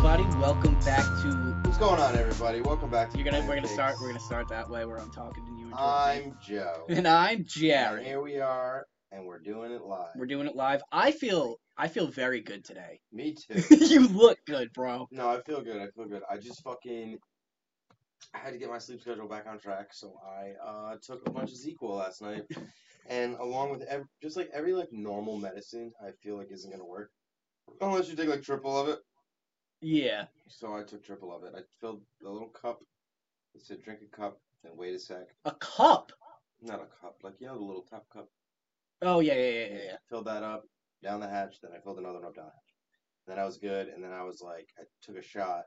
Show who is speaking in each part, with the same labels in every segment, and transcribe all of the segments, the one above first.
Speaker 1: welcome back to.
Speaker 2: What's going on, everybody? Welcome back to.
Speaker 1: You're gonna we're
Speaker 2: Planet
Speaker 1: gonna start
Speaker 2: Pigs.
Speaker 1: we're gonna start that way where I'm talking to you and Jordan.
Speaker 2: I'm Joe.
Speaker 1: and I'm
Speaker 2: And
Speaker 1: Jerry.
Speaker 2: here we are, and we're doing it live.
Speaker 1: We're doing it live. I feel I feel very good today.
Speaker 2: Me too.
Speaker 1: you look good, bro.
Speaker 2: no, I feel good. I feel good. I just fucking. I had to get my sleep schedule back on track, so I uh, took a bunch of ZQL last night, and along with ev- just like every like normal medicine, I feel like isn't gonna work unless you take like triple of it.
Speaker 1: Yeah.
Speaker 2: So I took triple of it. I filled a little cup. It said drink a cup, then wait a sec.
Speaker 1: A cup.
Speaker 2: Not a cup, like you know the little top cup.
Speaker 1: Oh yeah yeah yeah yeah. yeah.
Speaker 2: Filled that up down the hatch. Then I filled another one up down the hatch. Then I was good. And then I was like, I took a shot.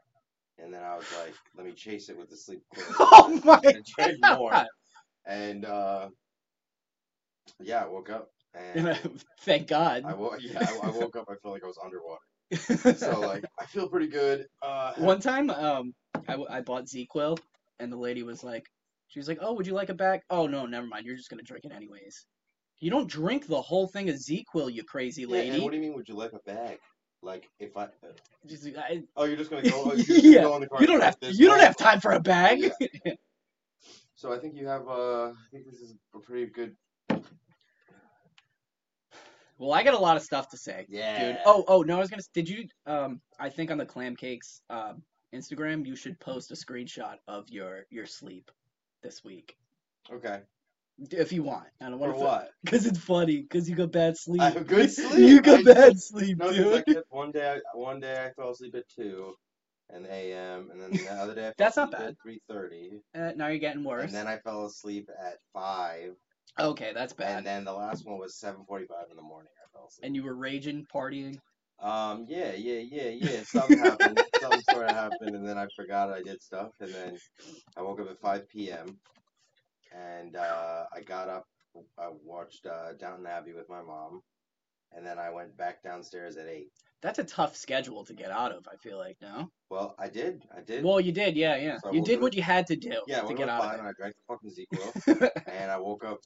Speaker 2: And then I was like, let me chase it with the sleep. quick.
Speaker 1: Oh my
Speaker 2: And I drank more.
Speaker 1: God.
Speaker 2: And uh, yeah, I woke up. And
Speaker 1: And Thank God.
Speaker 2: I woke. Yeah, I, I woke up. I felt like I was underwater. So like, I feel pretty good. Uh,
Speaker 1: One time, um, I, w- I bought ZQL and the lady was like, she was like, "Oh, would you like a bag?" Oh no, never mind. You're just gonna drink it anyways. You don't drink the whole thing of ZQL, you crazy
Speaker 2: yeah, and
Speaker 1: lady.
Speaker 2: what do you mean? Would you like a bag? Like if I?
Speaker 1: Just- I-
Speaker 2: Oh, you're just gonna go. oh, you're just gonna
Speaker 1: yeah,
Speaker 2: go in the car
Speaker 1: you
Speaker 2: and
Speaker 1: don't
Speaker 2: drink
Speaker 1: have
Speaker 2: this
Speaker 1: you don't
Speaker 2: all
Speaker 1: have time for a bag.
Speaker 2: So I think you have. Uh, I think this is a pretty good.
Speaker 1: Well, I got a lot of stuff to say,
Speaker 2: Yeah.
Speaker 1: dude. Oh, oh no, I was gonna. s- Did you? Um, I think on the clam cakes um Instagram, you should post a screenshot of your your sleep this week
Speaker 2: Okay.
Speaker 1: D- if you want. I don't
Speaker 2: For
Speaker 1: want
Speaker 2: what?
Speaker 1: Because it's funny. Because you got bad sleep.
Speaker 2: I have good
Speaker 1: you
Speaker 2: sleep.
Speaker 1: got
Speaker 2: I
Speaker 1: bad sleep,
Speaker 2: No, 'cause
Speaker 1: dude.
Speaker 2: I kept- one day, I, one day I fell asleep at two, and a.m., and then the other day I fell
Speaker 1: That's not
Speaker 2: asleep
Speaker 1: bad.
Speaker 2: at three thirty,
Speaker 1: Uh, now you're getting worse.
Speaker 2: and then I fell asleep at five,
Speaker 1: Okay, that's bad.
Speaker 2: and then the last one was seven forty-five in the morning. I fell asleep.
Speaker 1: and you were raging, partying.
Speaker 2: Um, yeah, yeah, yeah, yeah. Something happened. Something sort of happened, and then I forgot I did stuff, and then I woke up at five p.m. and uh, I got up. I watched uh, Downton Abbey with my mom, and then I went back downstairs at eight.
Speaker 1: That's a tough schedule to get out of. I feel like no.
Speaker 2: Well, I did. I did.
Speaker 1: Well, you did, yeah, yeah.
Speaker 2: So I
Speaker 1: you
Speaker 2: woke
Speaker 1: did
Speaker 2: up
Speaker 1: what you had to do
Speaker 2: Yeah, I
Speaker 1: to
Speaker 2: went
Speaker 1: get
Speaker 2: to
Speaker 1: out
Speaker 2: five
Speaker 1: of
Speaker 2: and I drank the fucking ZQL,
Speaker 1: it.
Speaker 2: and I woke up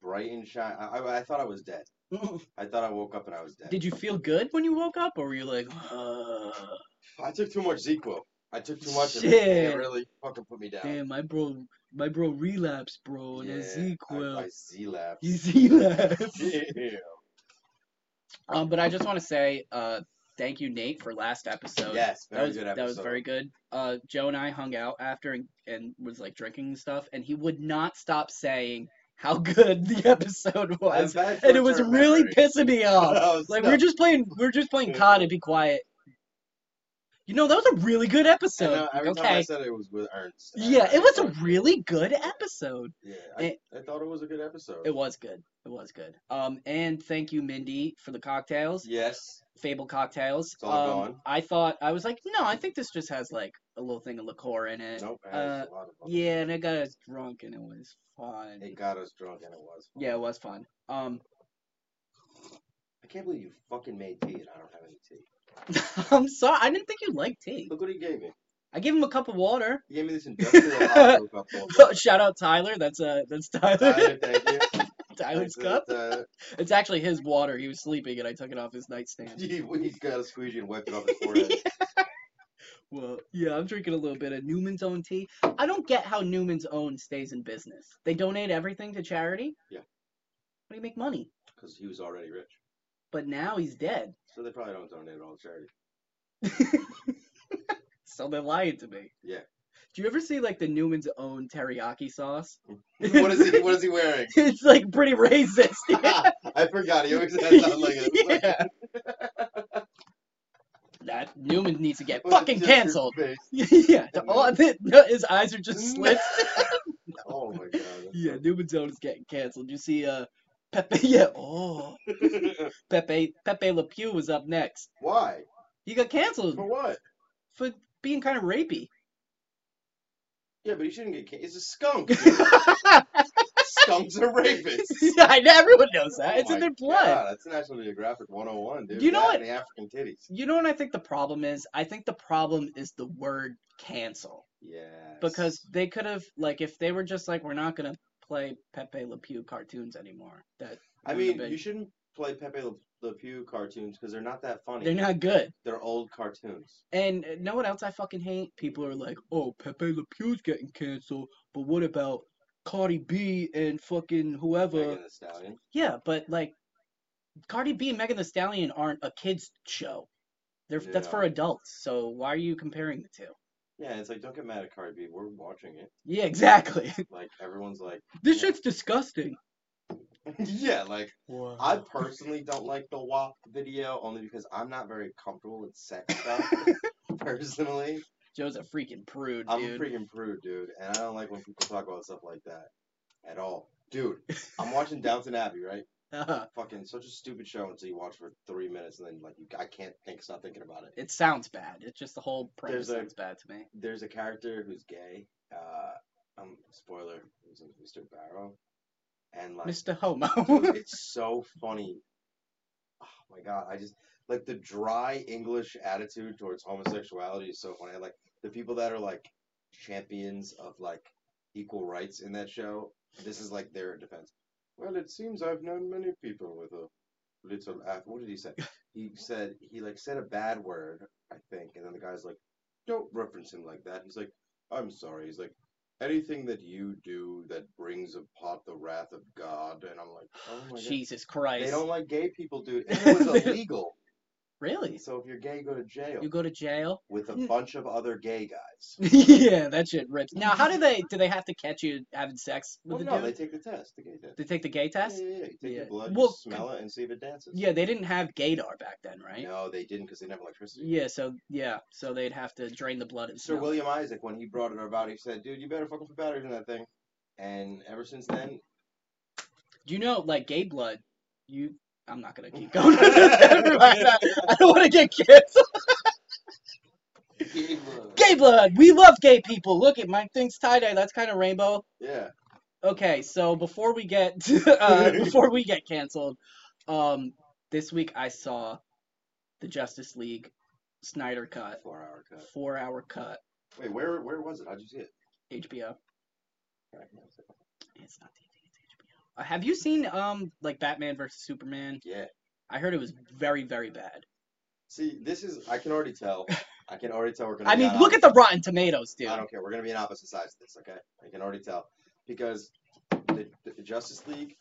Speaker 2: bright and shine. I, I, I thought I was dead. I thought I woke up and I was dead.
Speaker 1: Did you feel good when you woke up, or were you like, uh,
Speaker 2: I took too much ZQL. I took too much. of it, and
Speaker 1: Shit.
Speaker 2: it really fucking put me down.
Speaker 1: damn, my bro, my bro relapsed, bro, and
Speaker 2: yeah,
Speaker 1: a sequel.
Speaker 2: I, I Z-lapsed.
Speaker 1: You see that?
Speaker 2: Damn.
Speaker 1: um, but I just want to say, uh, thank you, Nate, for last episode.
Speaker 2: Yes,
Speaker 1: That
Speaker 2: very
Speaker 1: was
Speaker 2: good
Speaker 1: that was
Speaker 2: episode.
Speaker 1: very good. Uh, Joe and I hung out after and, and was like drinking and stuff, and he would not stop saying how good the episode
Speaker 2: I'm
Speaker 1: was,
Speaker 2: bad
Speaker 1: and it was
Speaker 2: short-term
Speaker 1: really
Speaker 2: memory.
Speaker 1: pissing me off.
Speaker 2: I was
Speaker 1: Like
Speaker 2: stuck.
Speaker 1: we're just playing, we're just playing COD and be quiet. You know that was a really good
Speaker 2: And,
Speaker 1: episode.
Speaker 2: uh,
Speaker 1: Like,
Speaker 2: every time I
Speaker 1: okay.
Speaker 2: said it was with Ernst. and
Speaker 1: Yeah,
Speaker 2: I
Speaker 1: it was a
Speaker 2: thought-
Speaker 1: really good episode.
Speaker 2: Yeah, I,
Speaker 1: it-
Speaker 2: I thought it was a good episode.
Speaker 1: It was good. It was good. Um, and thank you, Mindy, for the cocktails,
Speaker 2: yes.
Speaker 1: Fable cocktails.
Speaker 2: It's all
Speaker 1: um,
Speaker 2: gone.
Speaker 1: I thought I was like, no, I think this just has like a little thing of liqueur in it.
Speaker 2: Nope. it has a lot of them.
Speaker 1: uh, Yeah, and it got us drunk, and it was fun.
Speaker 2: It got us drunk and it was. fun.
Speaker 1: Yeah, it was fun. Um,
Speaker 2: I can't believe you fucking made tea and I don't have any tea.
Speaker 1: I'm sorry, I didn't think you liked tea.
Speaker 2: Look what he gave me.
Speaker 1: I gave him a cup of water.
Speaker 2: He gave me this industrial hot milk cup full of water.
Speaker 1: Shout out Tyler. That's uh, that's Tyler.
Speaker 2: Tyler, thank you.
Speaker 1: Tyler's
Speaker 2: Thanks,
Speaker 1: cup.
Speaker 2: uh,
Speaker 1: It's actually his water. He was sleeping, and I took it off his nightstand.
Speaker 2: he, he's got a squeegee and wiped it off his forehead.
Speaker 1: Well, yeah, I'm drinking a little bit of Newman's Own tea. I don't get how Newman's Own stays in business. They donate everything to charity.
Speaker 2: Yeah.
Speaker 1: How do you make money?
Speaker 2: Because he was already rich.
Speaker 1: But now he's dead,
Speaker 2: So they probably don't donate it all to charity.
Speaker 1: so they're lying to me.
Speaker 2: Yeah.
Speaker 1: Do you ever see like the Newman's Own teriyaki sauce?
Speaker 2: what is he What is he wearing?
Speaker 1: It's like pretty racist.
Speaker 2: I forgot. He always has that like a
Speaker 1: yeah. that Newman needs to get
Speaker 2: with a
Speaker 1: fucking
Speaker 2: chest in
Speaker 1: canceled.
Speaker 2: face.
Speaker 1: yeah, the- all, no, his eyes are just slits.
Speaker 2: oh my god. that's
Speaker 1: Yeah,
Speaker 2: so-
Speaker 1: Newman's Own is getting canceled. You see, uh, Pepe. Yeah, oh, Pepe. Pepe Le Pew was up next.
Speaker 2: Why?
Speaker 1: He got canceled
Speaker 2: For what?
Speaker 1: for being kind of rapey.
Speaker 2: Yeah, but he shouldn't get. Ca- he's a skunk. dude. Skunks are rapists.
Speaker 1: I know, everyone knows that. It's
Speaker 2: Oh
Speaker 1: in
Speaker 2: my
Speaker 1: their blood.
Speaker 2: God, that's National Geographic 101, dude.
Speaker 1: You know
Speaker 2: That
Speaker 1: what?
Speaker 2: and The African titties.
Speaker 1: You know what I think the problem is? I think the problem is the word cancel
Speaker 2: Yeah.
Speaker 1: because they could have like if they were just like we're not gonna play Pepe Le Pew cartoons anymore. That
Speaker 2: I
Speaker 1: wouldn't have
Speaker 2: mean,
Speaker 1: been-
Speaker 2: you shouldn't play Pepe Le Le Pew cartoons because they're not that funny.
Speaker 1: They're not good.
Speaker 2: They're old cartoons.
Speaker 1: And uh, know what else I fucking hate? People are like, oh, Pepe Le Pew's getting canceled, but what about Cardi B and fucking
Speaker 2: Megan
Speaker 1: whoever?
Speaker 2: Thee Stallion.
Speaker 1: Yeah, but like, Cardi B and Megan Thee Stallion aren't a kids show. They're that's for
Speaker 2: Yeah.
Speaker 1: adults. So why are you comparing the two?
Speaker 2: Yeah, it's like don't get mad at Cardi B. We're watching it.
Speaker 1: Yeah, exactly.
Speaker 2: Like everyone's like,
Speaker 1: this shit's disgusting.
Speaker 2: yeah, like
Speaker 1: Wow.
Speaker 2: I personally don't like the WAP video only because I'm not very comfortable with sex stuff. personally,
Speaker 1: Joe's a freaking prude,
Speaker 2: I'm
Speaker 1: dude.
Speaker 2: a freaking prude, dude, and I don't like when people talk about stuff like that at all, dude. I'm watching Downton Abbey, right? Fucking such a stupid show until you watch for three minutes and then like you, I can't think, stop thinking about it.
Speaker 1: it sounds bad. It's just the whole premise
Speaker 2: There's a-
Speaker 1: sounds bad to me.
Speaker 2: There's a character who's gay. Uh, um, spoiler, his name's Mr. Barrow, and like. Oh
Speaker 1: Mr. Homo.
Speaker 2: Dude, it's so funny. Oh my god, I just like the dry English attitude towards homosexuality is so funny. Like the people that are like champions of like equal rights in that show, this is like their defense. Well, it seems I've known many people with a little aff- what did he say? He said he like said a bad word, I think, and then the guy's like, "Don't reference him like that." He's like, "I'm sorry." He's like, "Anything that you do that brings upon the wrath of God," and I'm like, "Oh my god."
Speaker 1: Jesus Christ.
Speaker 2: They don't like gay people, dude. And it was illegal.
Speaker 1: Really?
Speaker 2: so if you're gay, go to jail
Speaker 1: You go to jail?
Speaker 2: with a
Speaker 1: Mm.
Speaker 2: bunch of other gay guys.
Speaker 1: yeah, that shit rips. Now, how do they do they have to catch you having sex with
Speaker 2: Well,
Speaker 1: the
Speaker 2: no, they
Speaker 1: dude?
Speaker 2: take the test, the gay test.
Speaker 1: They... take the gay test?
Speaker 2: Yeah, yeah, yeah. You take
Speaker 1: Yeah.
Speaker 2: your blood,
Speaker 1: Well,
Speaker 2: you smell it, and see if it dances.
Speaker 1: Yeah, they didn't have gaydar back then, right?
Speaker 2: No, they didn't because they didn't have electricity.
Speaker 1: Yeah, so yeah, so they'd have to drain the blood and
Speaker 2: Sir
Speaker 1: smell it.
Speaker 2: William Isaac, when he brought it about, he said, "Dude, you better fucking put batteries in that thing." And ever since then,
Speaker 1: Do you know, like gay blood, you I'm not gonna keep going. Never mind. I, I don't wanna get canceled.
Speaker 2: gay blood.
Speaker 1: Gay blood! We love gay people. Look at my thing's tie dye, that's kinda rainbow.
Speaker 2: Yeah,
Speaker 1: Okay, so before we get uh, before we get canceled, um, this week I saw the Justice League Snyder cut,
Speaker 2: four-hour cut.
Speaker 1: four hour cut,
Speaker 2: Wait, where where was it? How'd you see it?
Speaker 1: HBO.
Speaker 2: Right, no, it's-
Speaker 1: It's not DVD, it's HBO. Uh, have you seen um like Batman versus Superman?
Speaker 2: Yeah.
Speaker 1: I heard it was very very bad.
Speaker 2: See, this is I can already tell. I can already tell we're gonna.
Speaker 1: I
Speaker 2: be
Speaker 1: mean,
Speaker 2: on
Speaker 1: look at the Rotten Tomatoes, dude.
Speaker 2: I don't care. We're gonna be on opposite sides of this, okay? I can already tell because the, the Justice League,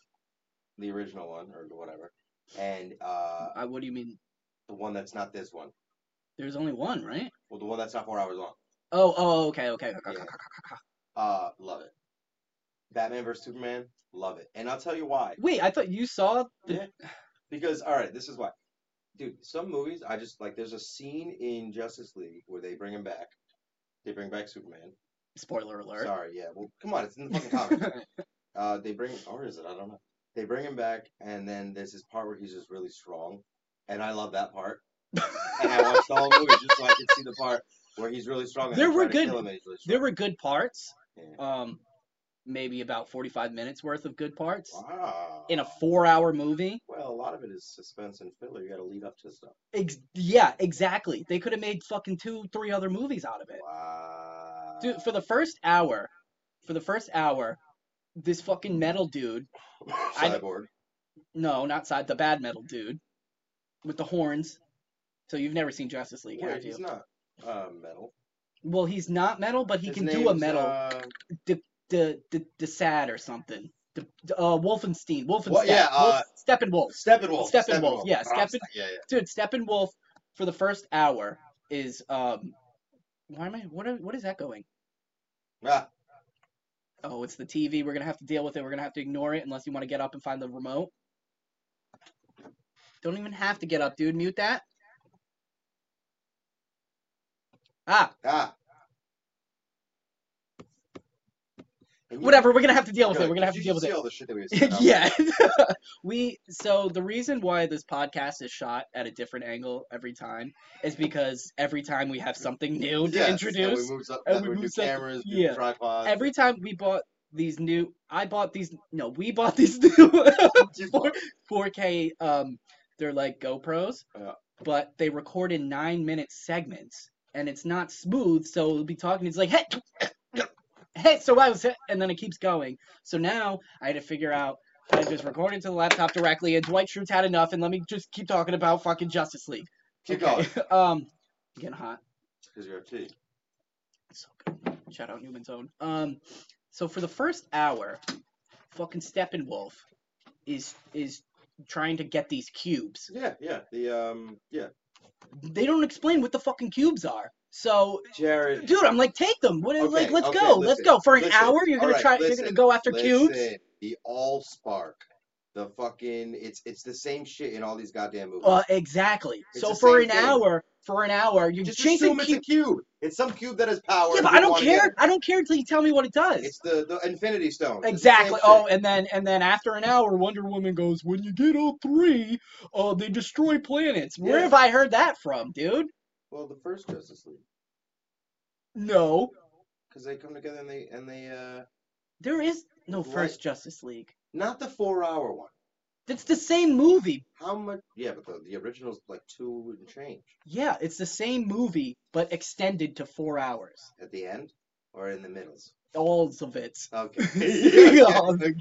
Speaker 2: the original one or whatever, and uh,
Speaker 1: Uh, what do you mean?
Speaker 2: the one that's not this one.
Speaker 1: There's only one, right?
Speaker 2: Well, the one that's not four hours long.
Speaker 1: Oh, oh, okay, okay. okay,
Speaker 2: Yeah.
Speaker 1: okay.
Speaker 2: Uh, love it. Batman vs Superman, love it, and I'll tell you why.
Speaker 1: Wait, I thought you saw the.
Speaker 2: Yeah. Because all right, this is why, dude. Some movies I just like. There's a scene in Justice League where they bring him back. They bring back Superman.
Speaker 1: Spoiler alert.
Speaker 2: Sorry, yeah. Well, come on, it's in the fucking comic. Uh, they bring or is it? I don't know. They bring him back, and then there's this part where he's just really strong, and I love that part. And I watched the whole movie just so I could see the part where he's really strong. And they
Speaker 1: There were
Speaker 2: try to
Speaker 1: good-
Speaker 2: kill him and he's really
Speaker 1: there
Speaker 2: strong.
Speaker 1: were good parts.
Speaker 2: Yeah.
Speaker 1: um maybe about 45 minutes worth of good parts
Speaker 2: Wow.
Speaker 1: in a four hour movie
Speaker 2: well, a lot of it is suspense and filler. You got to lead up to stuff.
Speaker 1: Ex- yeah exactly they could have made fucking two three other movies out of it
Speaker 2: Wow.
Speaker 1: dude for the first hour for the first hour this fucking metal dude I-
Speaker 2: cyborg.
Speaker 1: no not side the bad metal dude with the horns so you've never seen justice league
Speaker 2: Wait,
Speaker 1: have you
Speaker 2: he's not uh, metal.
Speaker 1: well he's not metal but he
Speaker 2: His
Speaker 1: can do a
Speaker 2: name's,
Speaker 1: metal
Speaker 2: Uh,
Speaker 1: the the the sad or something the, the, uh wolfenstein wolfenstein
Speaker 2: Well, yeah,
Speaker 1: Wolf,
Speaker 2: uh,
Speaker 1: steppenwolf
Speaker 2: Steppenwolf.
Speaker 1: Steppenwolf, yeah,
Speaker 2: Rammstein,
Speaker 1: Steppen-
Speaker 2: Yeah, yeah.
Speaker 1: dude steppenwolf for the first hour is um why am i what are, what is that going
Speaker 2: Ah,
Speaker 1: oh it's the tv we're gonna have to deal with it we're gonna have to ignore it unless you want to get up and find the remote don't even have to get up dude mute that ah
Speaker 2: ah. And you-
Speaker 1: whatever we're gonna have to deal with
Speaker 2: You're
Speaker 1: it we're
Speaker 2: like,
Speaker 1: gonna have to
Speaker 2: "Did
Speaker 1: deal
Speaker 2: you
Speaker 1: with
Speaker 2: see
Speaker 1: it
Speaker 2: all the shit that we set up?"
Speaker 1: yeah we so the reason why this podcast is shot at a different angle every time is because every time we have something new to
Speaker 2: Yes,
Speaker 1: introduce
Speaker 2: And we moved up,
Speaker 1: and
Speaker 2: and
Speaker 1: we
Speaker 2: we
Speaker 1: moved
Speaker 2: moved
Speaker 1: up-
Speaker 2: cameras, new
Speaker 1: yeah.
Speaker 2: tripods.
Speaker 1: every time we bought these new I bought these no, we bought these new
Speaker 2: You
Speaker 1: four,
Speaker 2: fuck.
Speaker 1: 4K um they're like GoPros,
Speaker 2: Yeah.
Speaker 1: but they record in 9 minute segments and it's not smooth, so we'll be talking it's like hey hey so I was and then it keeps going. So now I had to figure out I just recorded to the laptop directly, and Dwight Schrute's had enough, and let me just keep talking about fucking Justice League.
Speaker 2: Keep
Speaker 1: Okay,
Speaker 2: going.
Speaker 1: um, getting hot.
Speaker 2: Because you're a T.
Speaker 1: So good. Shout out Newman's Own. Um, so for the first hour, fucking Steppenwolf is is trying to get these cubes.
Speaker 2: Yeah, yeah. The um, yeah.
Speaker 1: They don't explain what the fucking cubes are. So,
Speaker 2: Jared.
Speaker 1: dude, I'm like, take them. What?
Speaker 2: Okay,
Speaker 1: like, let's
Speaker 2: okay,
Speaker 1: go. let's
Speaker 2: listen,
Speaker 1: go for an
Speaker 2: listen.
Speaker 1: hour. You're gonna
Speaker 2: Alright,
Speaker 1: try. you're
Speaker 2: listen,
Speaker 1: gonna go after cubes.
Speaker 2: Listen, the all spark. The fucking it's it's the same shit in all these goddamn movies.
Speaker 1: Uh, exactly.
Speaker 2: It's
Speaker 1: so
Speaker 2: the
Speaker 1: for an
Speaker 2: same thing.
Speaker 1: hour, for an hour, you're
Speaker 2: Just
Speaker 1: chasing
Speaker 2: assume it's a
Speaker 1: cubes.
Speaker 2: cube. It's some cube that has power.
Speaker 1: Yeah,
Speaker 2: and
Speaker 1: but I
Speaker 2: people
Speaker 1: don't
Speaker 2: wanna get
Speaker 1: care.
Speaker 2: it.
Speaker 1: I don't care until you tell me what it does.
Speaker 2: It's the the Infinity Stone. It's the same
Speaker 1: Exactly.
Speaker 2: shit.
Speaker 1: Oh, and then and then after an hour, Wonder Woman goes, "When you get all three, uh, they destroy planets." Where
Speaker 2: Yeah.
Speaker 1: have I heard that from, dude?
Speaker 2: Well, the first Justice League,
Speaker 1: No,
Speaker 2: because they come together and they and they uh,
Speaker 1: there is no
Speaker 2: What?
Speaker 1: first Justice League.
Speaker 2: not the four hour one.
Speaker 1: It's the same movie.
Speaker 2: How much? Yeah, but the the original's like two and change
Speaker 1: Yeah, it's the same movie, but extended to four hours.
Speaker 2: at the end or in the middles.
Speaker 1: All of it.
Speaker 2: Okay.
Speaker 1: Yeah.
Speaker 2: okay.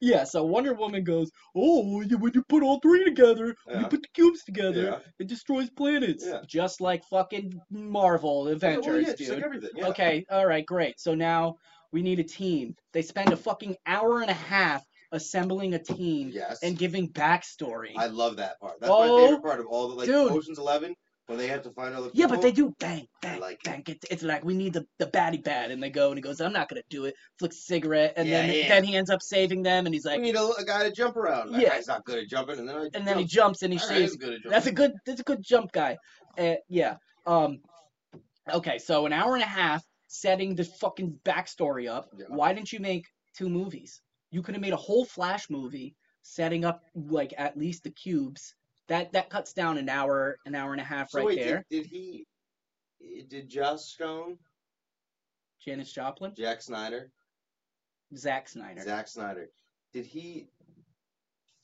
Speaker 1: Yeah. So Wonder Woman goes, "Oh, well, you- when you put all three together, when
Speaker 2: Yeah.
Speaker 1: you put the cubes together,
Speaker 2: Yeah.
Speaker 1: it destroys planets,
Speaker 2: Yeah.
Speaker 1: just like fucking Marvel Avengers,
Speaker 2: Well, yeah, just
Speaker 1: dude."
Speaker 2: like everything. Yeah.
Speaker 1: Okay, all right, great. So now we need a team. They spend a fucking hour and a half assembling a team
Speaker 2: Yes.
Speaker 1: and giving backstory.
Speaker 2: I love that part. That's
Speaker 1: Oh,
Speaker 2: my favorite part of all the like
Speaker 1: dude.
Speaker 2: Ocean's Eleven when they have to find all the people.
Speaker 1: yeah, but they do bang, bang,
Speaker 2: like it.
Speaker 1: bang. It. It's like we need the, the baddie bad, and they go and he goes, "I'm not gonna do it." Flicks a cigarette, and
Speaker 2: Yeah,
Speaker 1: then
Speaker 2: yeah.
Speaker 1: then he ends up saving them, and he's
Speaker 2: We
Speaker 1: like,
Speaker 2: need a, a guy to jump around. That
Speaker 1: Yeah.
Speaker 2: guy's not good at jumping, and then I
Speaker 1: and then he
Speaker 2: jump.
Speaker 1: jumps and he
Speaker 2: All right,
Speaker 1: saves.
Speaker 2: he's good at jumping.
Speaker 1: That's a good. That's a good jump guy. Uh, yeah. Um. Okay, so an hour and a half setting the fucking backstory up.
Speaker 2: Yeah.
Speaker 1: Why didn't you make two movies? You could have made a whole Flash movie setting up like at least the cubes. That that cuts down an hour, an hour and a half
Speaker 2: so
Speaker 1: right
Speaker 2: wait,
Speaker 1: there.
Speaker 2: Did, did he? Did Joss Stone,
Speaker 1: Janice Joplin,
Speaker 2: Jack Snyder,
Speaker 1: Zack Snyder.
Speaker 2: Zack Snyder, did he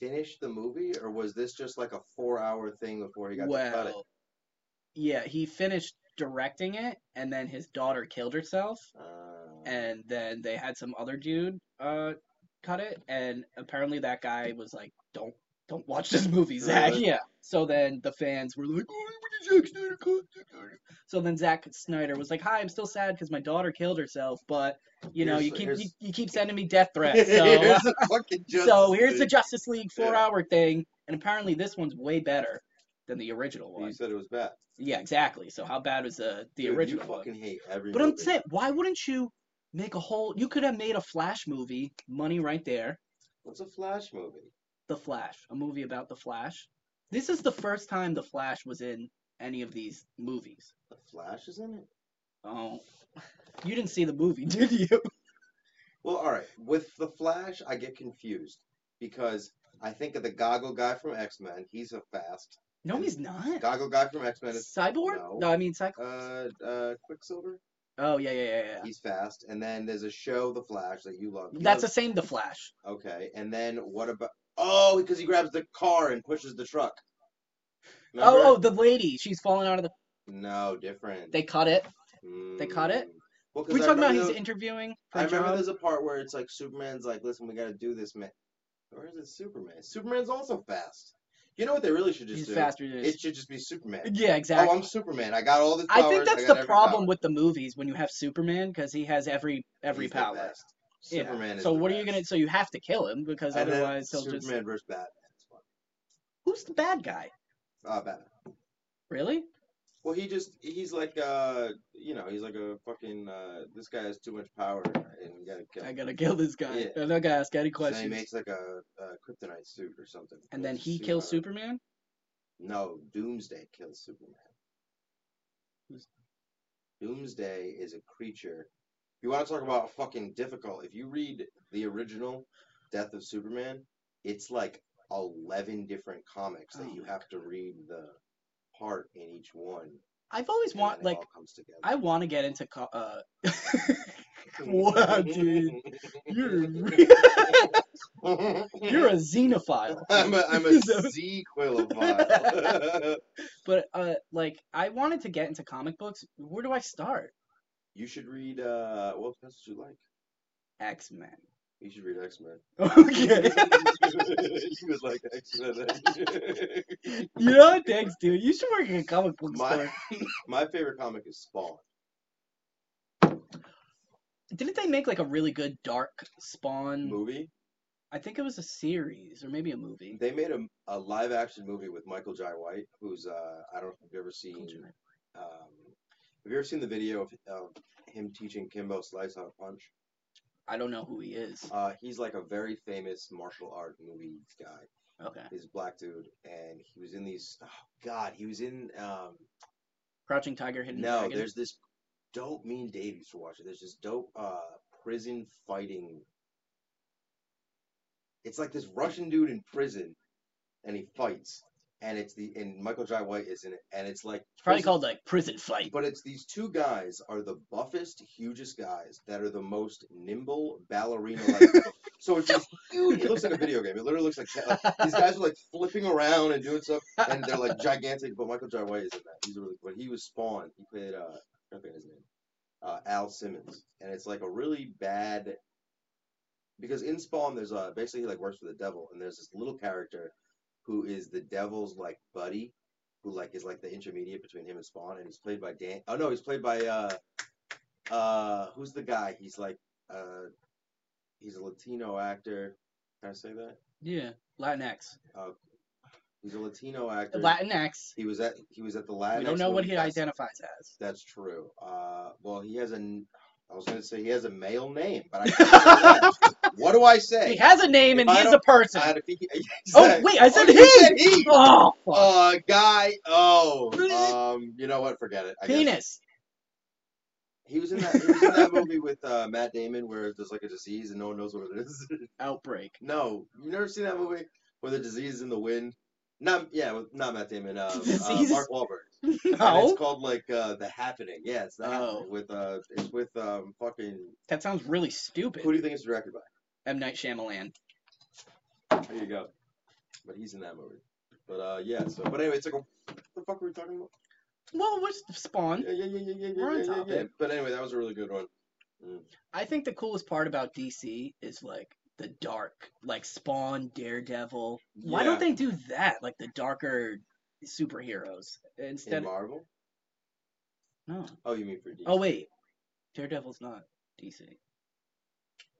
Speaker 2: finish the movie, or was this just like a four-hour thing before he got to cut it?
Speaker 1: well, yeah, he finished directing it, and then his daughter killed herself.
Speaker 2: Uh,
Speaker 1: and then they had some other dude uh cut it and apparently that guy was like don't don't watch this movie zach
Speaker 2: Really?
Speaker 1: yeah so then the fans were like oh, when did Zack Snyder cut it?" so then Zack Snyder was like hi I'm still sad because my daughter killed herself but you know
Speaker 2: Here's-
Speaker 1: you keep you,
Speaker 2: here's-
Speaker 1: you keep sending me death threats so uh,
Speaker 2: here's the fucking
Speaker 1: so
Speaker 2: Justice
Speaker 1: here's the
Speaker 2: League.
Speaker 1: Justice League
Speaker 2: Yeah.
Speaker 1: four hour thing and apparently this one's way better than the original
Speaker 2: You
Speaker 1: one
Speaker 2: said it was bad.
Speaker 1: yeah exactly so how bad was uh, the
Speaker 2: Dude,
Speaker 1: original
Speaker 2: You
Speaker 1: one?
Speaker 2: fucking hate every.
Speaker 1: But I'm
Speaker 2: movie.
Speaker 1: saying, why wouldn't you make a whole? You could have made a Flash movie, money right there.
Speaker 2: What's a Flash movie?
Speaker 1: The Flash, a movie about the Flash. This is the first time the Flash was in any of these movies.
Speaker 2: The Flash is in it.
Speaker 1: Oh, you didn't see the movie, did you?
Speaker 2: Well, all right. With the Flash, I get confused because I think of the goggle guy from X Men. He's a fast
Speaker 1: No, he's not.
Speaker 2: goggle guy from X Men. Is
Speaker 1: Cyborg?
Speaker 2: No.
Speaker 1: I mean Cyclops.
Speaker 2: uh, uh, Quicksilver.
Speaker 1: oh yeah, yeah, yeah, yeah.
Speaker 2: He's fast. And then there's a show, The Flash, that you love. You
Speaker 1: That's the
Speaker 2: love-
Speaker 1: same. The Flash.
Speaker 2: okay. And then what about? Oh, because he grabs the car and pushes the truck.
Speaker 1: Oh, oh,
Speaker 2: Remember?
Speaker 1: the lady. She's falling out of the.
Speaker 2: No, different.
Speaker 1: They cut it. they cut it?
Speaker 2: Mm. Well, 'cause
Speaker 1: We're
Speaker 2: I
Speaker 1: talking about
Speaker 2: remember
Speaker 1: he's
Speaker 2: those-
Speaker 1: interviewing. For
Speaker 2: I
Speaker 1: a
Speaker 2: remember
Speaker 1: job.
Speaker 2: there's a part where it's like Superman's like, listen, we got to do this, man. Or is it Superman? Superman's also fast. You know what they really should just
Speaker 1: He's
Speaker 2: do?
Speaker 1: faster than
Speaker 2: It should just be Superman.
Speaker 1: Yeah, exactly.
Speaker 2: Oh, I'm Superman. I got all this
Speaker 1: I
Speaker 2: power.
Speaker 1: think that's the problem with the movies when you have Superman because he has every every power. Yeah.
Speaker 2: Superman is
Speaker 1: So
Speaker 2: the
Speaker 1: what are you
Speaker 2: best.
Speaker 1: gonna? So you have to kill him because
Speaker 2: And then
Speaker 1: otherwise he'll
Speaker 2: Superman
Speaker 1: just.
Speaker 2: versus Batman. is fun.
Speaker 1: Who's the bad guy?
Speaker 2: Uh, Batman.
Speaker 1: Really?
Speaker 2: Well, he just he's like uh you know he's like a fucking uh this guy has too much power and you gotta kill.
Speaker 1: I
Speaker 2: him.
Speaker 1: gotta kill this guy.
Speaker 2: Yeah.
Speaker 1: I'm not gonna ask any
Speaker 2: So he
Speaker 1: questions.
Speaker 2: makes like a, a kryptonite suit or something.
Speaker 1: and then
Speaker 2: Makes a
Speaker 1: he
Speaker 2: suit
Speaker 1: kills
Speaker 2: out of-
Speaker 1: Superman.
Speaker 2: No, Doomsday kills Superman.
Speaker 1: Who's-
Speaker 2: Doomsday is a creature. You want to talk about fucking difficult? If you read the original Death of Superman, it's like eleven different comics that
Speaker 1: Oh
Speaker 2: you
Speaker 1: my
Speaker 2: have to read the part in each one.
Speaker 1: I've always
Speaker 2: and
Speaker 1: want
Speaker 2: then it
Speaker 1: like
Speaker 2: all comes together.
Speaker 1: I want to get into co- uh. wow, dude, you're re- you're a xenophile.
Speaker 2: I'm a I'm a sequilophile.
Speaker 1: but uh, like I wanted to get into comic books. Where do I start?
Speaker 2: you should read uh what else did you like?
Speaker 1: X Men.
Speaker 2: You should read X Men.
Speaker 1: Okay.
Speaker 2: she was like X Men.
Speaker 1: you know what? Thanks, dude. You should work in a comic book
Speaker 2: my
Speaker 1: store.
Speaker 2: my favorite comic is Spawn.
Speaker 1: Didn't they make like a really good Dark Spawn?
Speaker 2: Movie.
Speaker 1: I think it was a series or maybe a movie.
Speaker 2: They made a, a live action movie with Michael Jai White, who's uh I don't know if you've ever seen um have you ever seen the video of, of him teaching Kimbo Slice how to punch?
Speaker 1: I don't know who he is.
Speaker 2: Uh, he's like a very famous martial art movie guy.
Speaker 1: Okay.
Speaker 2: He's a black dude, and he was in these. Oh God, he was in. Um,
Speaker 1: Crouching Tiger, Hidden
Speaker 2: no,
Speaker 1: Dragon.
Speaker 2: there's this dope. Me and Dave used to watch it. There's this dope uh, prison fighting. It's like this Russian dude in prison, and he fights, and it's the and Michael Jai White is in it, and it's like
Speaker 1: It's probably
Speaker 2: prison-
Speaker 1: called like Prison Fight.
Speaker 2: But it's these two guys are the buffest, hugest guys that are the most nimble ballerina like. so it's just huge. It looks like a video game. It literally looks like, like these guys are like flipping around and doing stuff, and they're like gigantic. But Michael Jai White isn't that. He's really but he was Spawn. He played uh, I forget his name, uh, Al Simmons, and it's like a really bad. Because in Spawn, there's uh basically he like works for the devil, and there's this little character who is the devil's like buddy, who like is like the intermediate between him and Spawn, and he's played by Dan. Oh no, he's played by uh, uh, who's the guy? He's like uh, he's a Latino actor. Can I say that?
Speaker 1: Yeah. Latinx.
Speaker 2: He's a Latino actor.
Speaker 1: Latinx.
Speaker 2: He was at he was at the Latin.
Speaker 1: we don't know what he
Speaker 2: identified.
Speaker 1: identifies as.
Speaker 2: That's true. Uh, well, he has an. I was going to say he has a male name, but I. can't say that. what do I say?
Speaker 1: He has a name and
Speaker 2: If I
Speaker 1: he's a
Speaker 2: don't-
Speaker 1: person.
Speaker 2: I had a fe-
Speaker 1: Oh wait, I said
Speaker 2: Oh,
Speaker 1: he.
Speaker 2: you said he.
Speaker 1: Oh, fuck.
Speaker 2: Uh, guy. Oh, um, you know what? Forget it. I guess.
Speaker 1: penis.
Speaker 2: He was in that. He was in that movie with uh, Matt Damon where there's like a disease and no one knows what it is.
Speaker 1: Outbreak.
Speaker 2: no, you never seen that movie where the disease is in the wind. Not yeah, with, not Matt Damon. Uh, uh,
Speaker 1: Disease?
Speaker 2: Mark Wahlberg. And
Speaker 1: No,
Speaker 2: it's called like uh, the Happening. Yeah, it's the
Speaker 1: Oh.
Speaker 2: Happening with uh, it's with um fucking.
Speaker 1: that sounds really
Speaker 2: Who do
Speaker 1: stupid.
Speaker 2: you think it's directed by?
Speaker 1: M Night Shyamalan.
Speaker 2: There you go. But he's in that movie. But uh, yeah. So, but anyway, it's like a. What the fuck were we talking about?
Speaker 1: Well, what's Spawn?
Speaker 2: Yeah, yeah, yeah, yeah, yeah,
Speaker 1: We're on
Speaker 2: yeah, yeah, yeah.
Speaker 1: topic.
Speaker 2: But anyway, that was a really good one. Mm.
Speaker 1: I think the coolest part about DC is like the dark, like Spawn, Daredevil. Why
Speaker 2: Yeah.
Speaker 1: don't they do that? Like the darker superheroes instead.
Speaker 2: In Marvel?
Speaker 1: no.
Speaker 2: Oh, you mean for DC?
Speaker 1: Oh wait, Daredevil's not DC.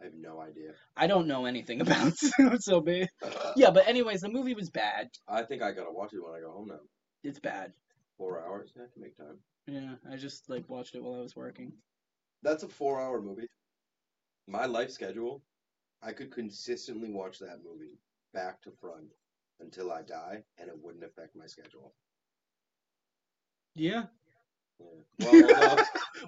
Speaker 2: I have no idea.
Speaker 1: I don't know anything about so big. Yeah, but anyways, the movie was bad.
Speaker 2: I think I gotta watch it when I go home now.
Speaker 1: It's bad.
Speaker 2: Four hours. I have to make time.
Speaker 1: Yeah, I just like watched it while I was working.
Speaker 2: That's a four-hour movie. My life schedule, I could consistently watch that movie back to front until I die, and it wouldn't affect my schedule.
Speaker 1: Yeah.
Speaker 2: Yeah. Well,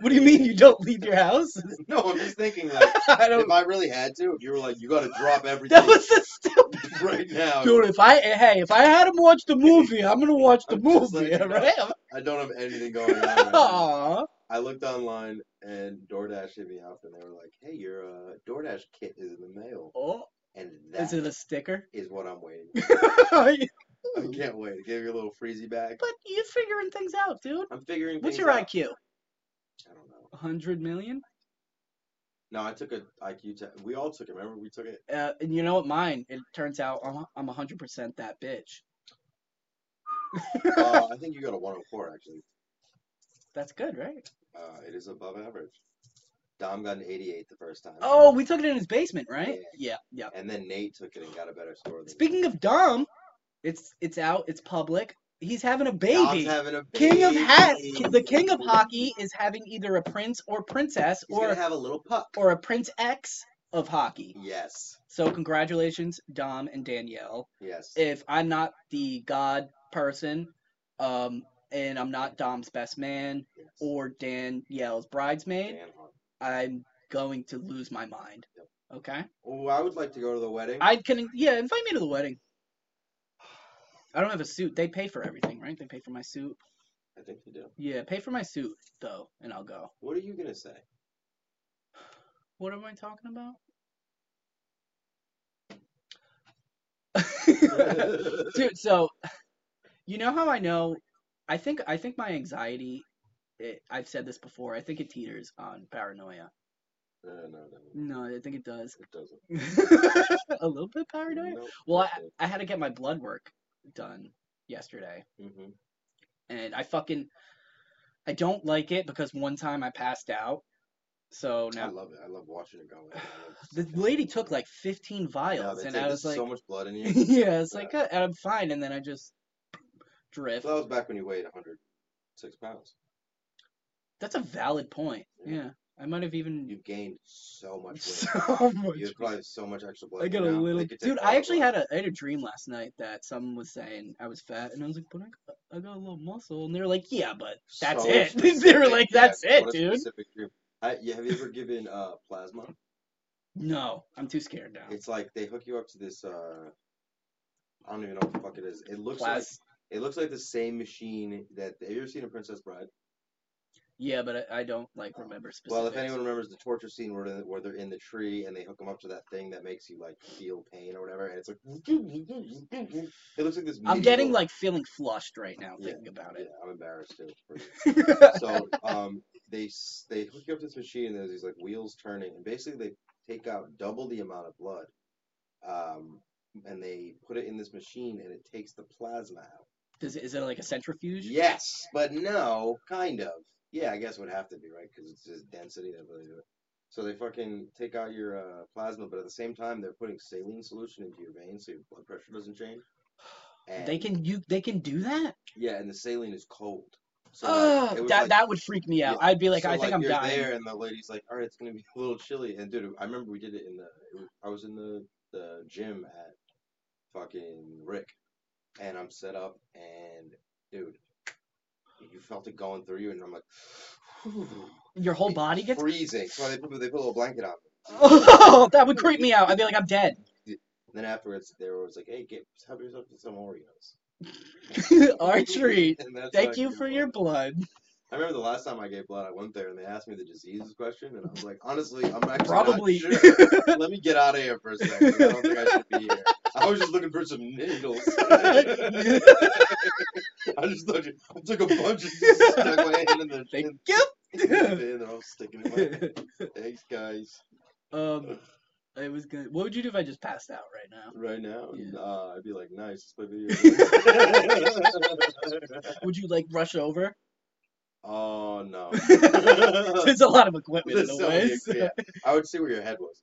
Speaker 1: What do you mean you don't leave your house?
Speaker 2: no, no, I'm just thinking like
Speaker 1: I don't.
Speaker 2: if I really had to, if you were like, you gotta drop everything
Speaker 1: That was the stupid.
Speaker 2: right now.
Speaker 1: Dude, if I hey, if I had him watch the movie, I'm gonna watch the
Speaker 2: I'm just
Speaker 1: movie,
Speaker 2: letting you know.
Speaker 1: alright?
Speaker 2: I don't have anything going on. Right now.
Speaker 1: Aw.
Speaker 2: I looked online and DoorDash hit me up, and they were like, "Hey, your uh, DoorDash kit is in the mail,"
Speaker 1: Oh,
Speaker 2: and that
Speaker 1: is
Speaker 2: is,
Speaker 1: it a sticker?
Speaker 2: what I'm waiting.
Speaker 1: but
Speaker 2: for. I can't wait. Give you a little freezy bag.
Speaker 1: you're figuring things out, dude.
Speaker 2: I'm figuring.
Speaker 1: What's
Speaker 2: things
Speaker 1: your
Speaker 2: out.
Speaker 1: IQ?
Speaker 2: I don't know.
Speaker 1: 100 million?
Speaker 2: No, I took a IQ test. We all took it. Remember, we took it.
Speaker 1: Uh, and you know what? Mine, it turns out I'm, I'm 100% that bitch.
Speaker 2: Uh, I think you got a 104 actually.
Speaker 1: That's good, right?
Speaker 2: Uh, it is above average. Dom got an 88 the first time.
Speaker 1: Oh, we took it in his basement, right? Yeah, yeah.
Speaker 2: And then Nate took it and got a better score. Than
Speaker 1: Speaking of Dom, it's it's out, it's public. He's having a
Speaker 2: Dom's
Speaker 1: baby.
Speaker 2: having a
Speaker 1: King of hat,
Speaker 2: baby.
Speaker 1: the king of hockey is having either a prince or princess
Speaker 2: He's
Speaker 1: or
Speaker 2: gonna have a little pup.
Speaker 1: or a prince X of hockey.
Speaker 2: Yes.
Speaker 1: So congratulations, Dom and Danielle.
Speaker 2: Yes.
Speaker 1: If I'm not the god person, um, and I'm not Dom's best man
Speaker 2: yes.
Speaker 1: or Danielle's bridesmaid,
Speaker 2: Dan Hart.
Speaker 1: I'm going to lose my mind. Okay.
Speaker 2: Oh, I would like to go to the wedding.
Speaker 1: I can yeah, invite me to the wedding. I don't have a suit. They pay for everything, right? They pay for my suit.
Speaker 2: I think you do.
Speaker 1: Yeah, pay for my suit though, and I'll go.
Speaker 2: What are you gonna say?
Speaker 1: What am I talking about?
Speaker 2: Uh,
Speaker 1: Dude, so you know how I know I think I think my anxiety it, I've said this before. I think it teeters on paranoia.
Speaker 2: Uh, no, no, no,
Speaker 1: No, I think it does.
Speaker 2: it doesn't.
Speaker 1: a little bit paranoid.
Speaker 2: Nope,
Speaker 1: Well,
Speaker 2: that's it.
Speaker 1: I had to get my blood work done yesterday,
Speaker 2: Mhm.
Speaker 1: and I fucking I don't like it because one time I passed out. So
Speaker 2: I
Speaker 1: now
Speaker 2: love it. I love watching it go. in. I love-
Speaker 1: the lady took like 15
Speaker 2: Yeah,
Speaker 1: vials,
Speaker 2: they
Speaker 1: and
Speaker 2: take-
Speaker 1: I
Speaker 2: there's
Speaker 1: was like,
Speaker 2: so much blood in you.
Speaker 1: yeah, it's like "Uh, I'm fine, and then I just drift.
Speaker 2: So that was back when you weighed 106 pounds.
Speaker 1: That's a valid point.
Speaker 2: Yeah.
Speaker 1: Yeah, I might have even
Speaker 2: You've gained so much weight.
Speaker 1: so much.
Speaker 2: You probably have so much extra blood.
Speaker 1: I got a
Speaker 2: now. They
Speaker 1: little
Speaker 2: could take
Speaker 1: dude.
Speaker 2: all
Speaker 1: I
Speaker 2: the
Speaker 1: actually
Speaker 2: blood.
Speaker 1: had a I had a dream last night that someone was saying I was fat, and I was like, but I got, I got a little muscle, and they were like, yeah, but that's
Speaker 2: So
Speaker 1: it. they were
Speaker 2: specific.
Speaker 1: like,
Speaker 2: Yeah,
Speaker 1: that's it,
Speaker 2: what a
Speaker 1: dude.
Speaker 2: specific group. I, yeah, have you ever given uh, plasma?
Speaker 1: No, I'm too scared now.
Speaker 2: It's like they hook you up to this. Uh, I don't even know what the fuck it is. It looks like
Speaker 1: Plas-
Speaker 2: it looks like the same machine that. Have you ever seen a Princess Bride?
Speaker 1: yeah, but I, I don't like remember specifics.
Speaker 2: Well, if anyone remembers the torture scene where, they- where they're in the tree and they hook them up to that thing that makes you like feel pain or whatever, and it's like it looks like this.
Speaker 1: I'm getting
Speaker 2: medieval-
Speaker 1: like feeling flushed right now
Speaker 2: Yeah,
Speaker 1: thinking about
Speaker 2: Yeah,
Speaker 1: it.
Speaker 2: I'm embarrassed too. for you. so um, they s- they hook you up to this machine and there's these like wheels turning and basically they take out double the amount of blood, um, and they put it in this machine and it takes the plasma out.
Speaker 1: Does it, is it like a centrifuge?
Speaker 2: Yes, but no, kind of. Yeah, I guess it would have to be right because it's just density that really do it. So they fucking take out your uh, plasma, but at the same time they're putting saline solution into your veins so your blood pressure doesn't change. And,
Speaker 1: They can you they can do that?
Speaker 2: yeah, and the saline is cold. So like,
Speaker 1: Ugh,
Speaker 2: it was
Speaker 1: that
Speaker 2: like-
Speaker 1: that would freak me out.
Speaker 2: yeah,
Speaker 1: I'd be like,
Speaker 2: so,
Speaker 1: I think I'm
Speaker 2: you're
Speaker 1: dying.
Speaker 2: there, and the lady's like, "All right, it's gonna be a little chilly." And dude, I remember we did it in the. it was- I was in the the gym at fucking Rick, and I'm set up, and dude, you felt it going through you, and I'm like,
Speaker 1: Your whole body gets.
Speaker 2: freezing. So they put they put a little blanket on. me.
Speaker 1: Oh, that would creep me out. I'd be like, I'm dead.
Speaker 2: And then afterwards, they were always like, "Hey, get help yourself to some Oreos."
Speaker 1: Our treat.
Speaker 2: And that's
Speaker 1: Thank
Speaker 2: how I
Speaker 1: you
Speaker 2: feel
Speaker 1: for
Speaker 2: about
Speaker 1: your
Speaker 2: it.
Speaker 1: blood.
Speaker 2: I remember the last time I gave blood, I went there and they asked me the diseases question, and I was like, honestly, I'm actually
Speaker 1: Probably.
Speaker 2: not sure. Let me get out of here for a second. I don't think I should be here. I was just looking for some needles. I just looked, I took a bunch and just stuck my hand in the
Speaker 1: Thank
Speaker 2: in,
Speaker 1: you.
Speaker 2: in the bin, they're all sticking in my hand. Thanks, guys.
Speaker 1: um, it was good. What would you do if I just passed out right now?
Speaker 2: Right now,
Speaker 1: Yeah.
Speaker 2: uh, I'd be like, nice, let's play video games.
Speaker 1: Would you like rush over?
Speaker 2: oh, no.
Speaker 1: There's a lot of equipment in
Speaker 2: There's
Speaker 1: the
Speaker 2: so many
Speaker 1: way. so-
Speaker 2: examples. I would see where your head was.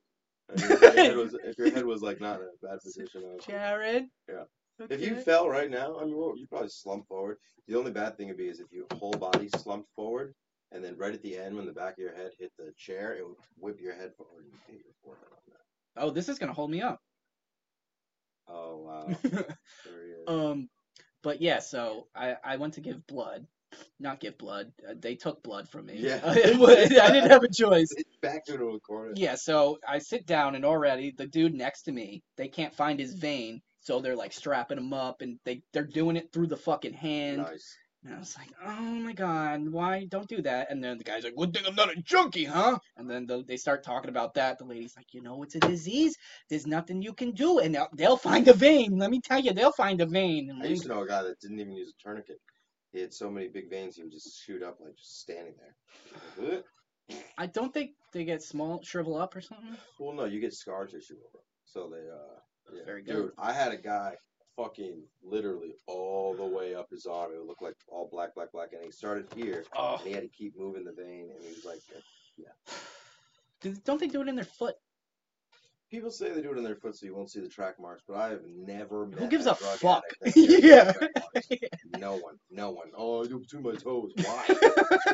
Speaker 2: I mean, if, your head was if your head was like not in a bad position, I would-
Speaker 1: Jared.
Speaker 2: Yeah.
Speaker 1: Okay.
Speaker 2: if you fell right now, I mean, well, you probably slump forward. The only bad thing would be is if your whole body slumped forward, and then right at the end, when the back of your head hit the chair, it would whip your head forward and hit your forehead on that.
Speaker 1: oh, this is gonna hold me up.
Speaker 2: Oh wow! There he is.
Speaker 1: um, but yeah, so I I went to give blood, not give blood. Uh, they took blood from me.
Speaker 2: Yeah.
Speaker 1: It was- I didn't have a choice.
Speaker 2: It's back to the corner.
Speaker 1: Yeah, so I sit down and already the dude next to me, they can't find his vein, so they're like strapping him up and they they're doing it through the fucking hand.
Speaker 2: Nice.
Speaker 1: And I was like, "Oh my god, why don't do that?" And then the guy's like, "Good thing I'm not a junkie, huh?" And then the, they start talking about that. The lady's like, "You know, it's a disease. There's nothing you can do, and they'll, they'll find a vein. Let me tell you, they'll find a vein." And
Speaker 2: I used to
Speaker 1: like,
Speaker 2: know a guy that didn't even use a tourniquet. He had so many big veins, he would just shoot up like just standing there. Like, "Ugh."
Speaker 1: I don't think they get small, shrivel up or something.
Speaker 2: Well, no, you get scar tissue over it. So they, uh, yeah.
Speaker 1: Very good.
Speaker 2: dude, I had a guy fucking literally all the way up his arm. It looked like all black, black, black, and he started here,
Speaker 1: Oh,
Speaker 2: and he had to keep moving the vein, and he was like,
Speaker 1: Do- don't they do it in their foot?
Speaker 2: people say they do it in their foot so you won't see the track marks, but I have never met
Speaker 1: gives a
Speaker 2: drug
Speaker 1: fuck?
Speaker 2: addict that cares about
Speaker 1: Yeah.
Speaker 2: track marks. no one, no one. Oh, I do between my toes. Why?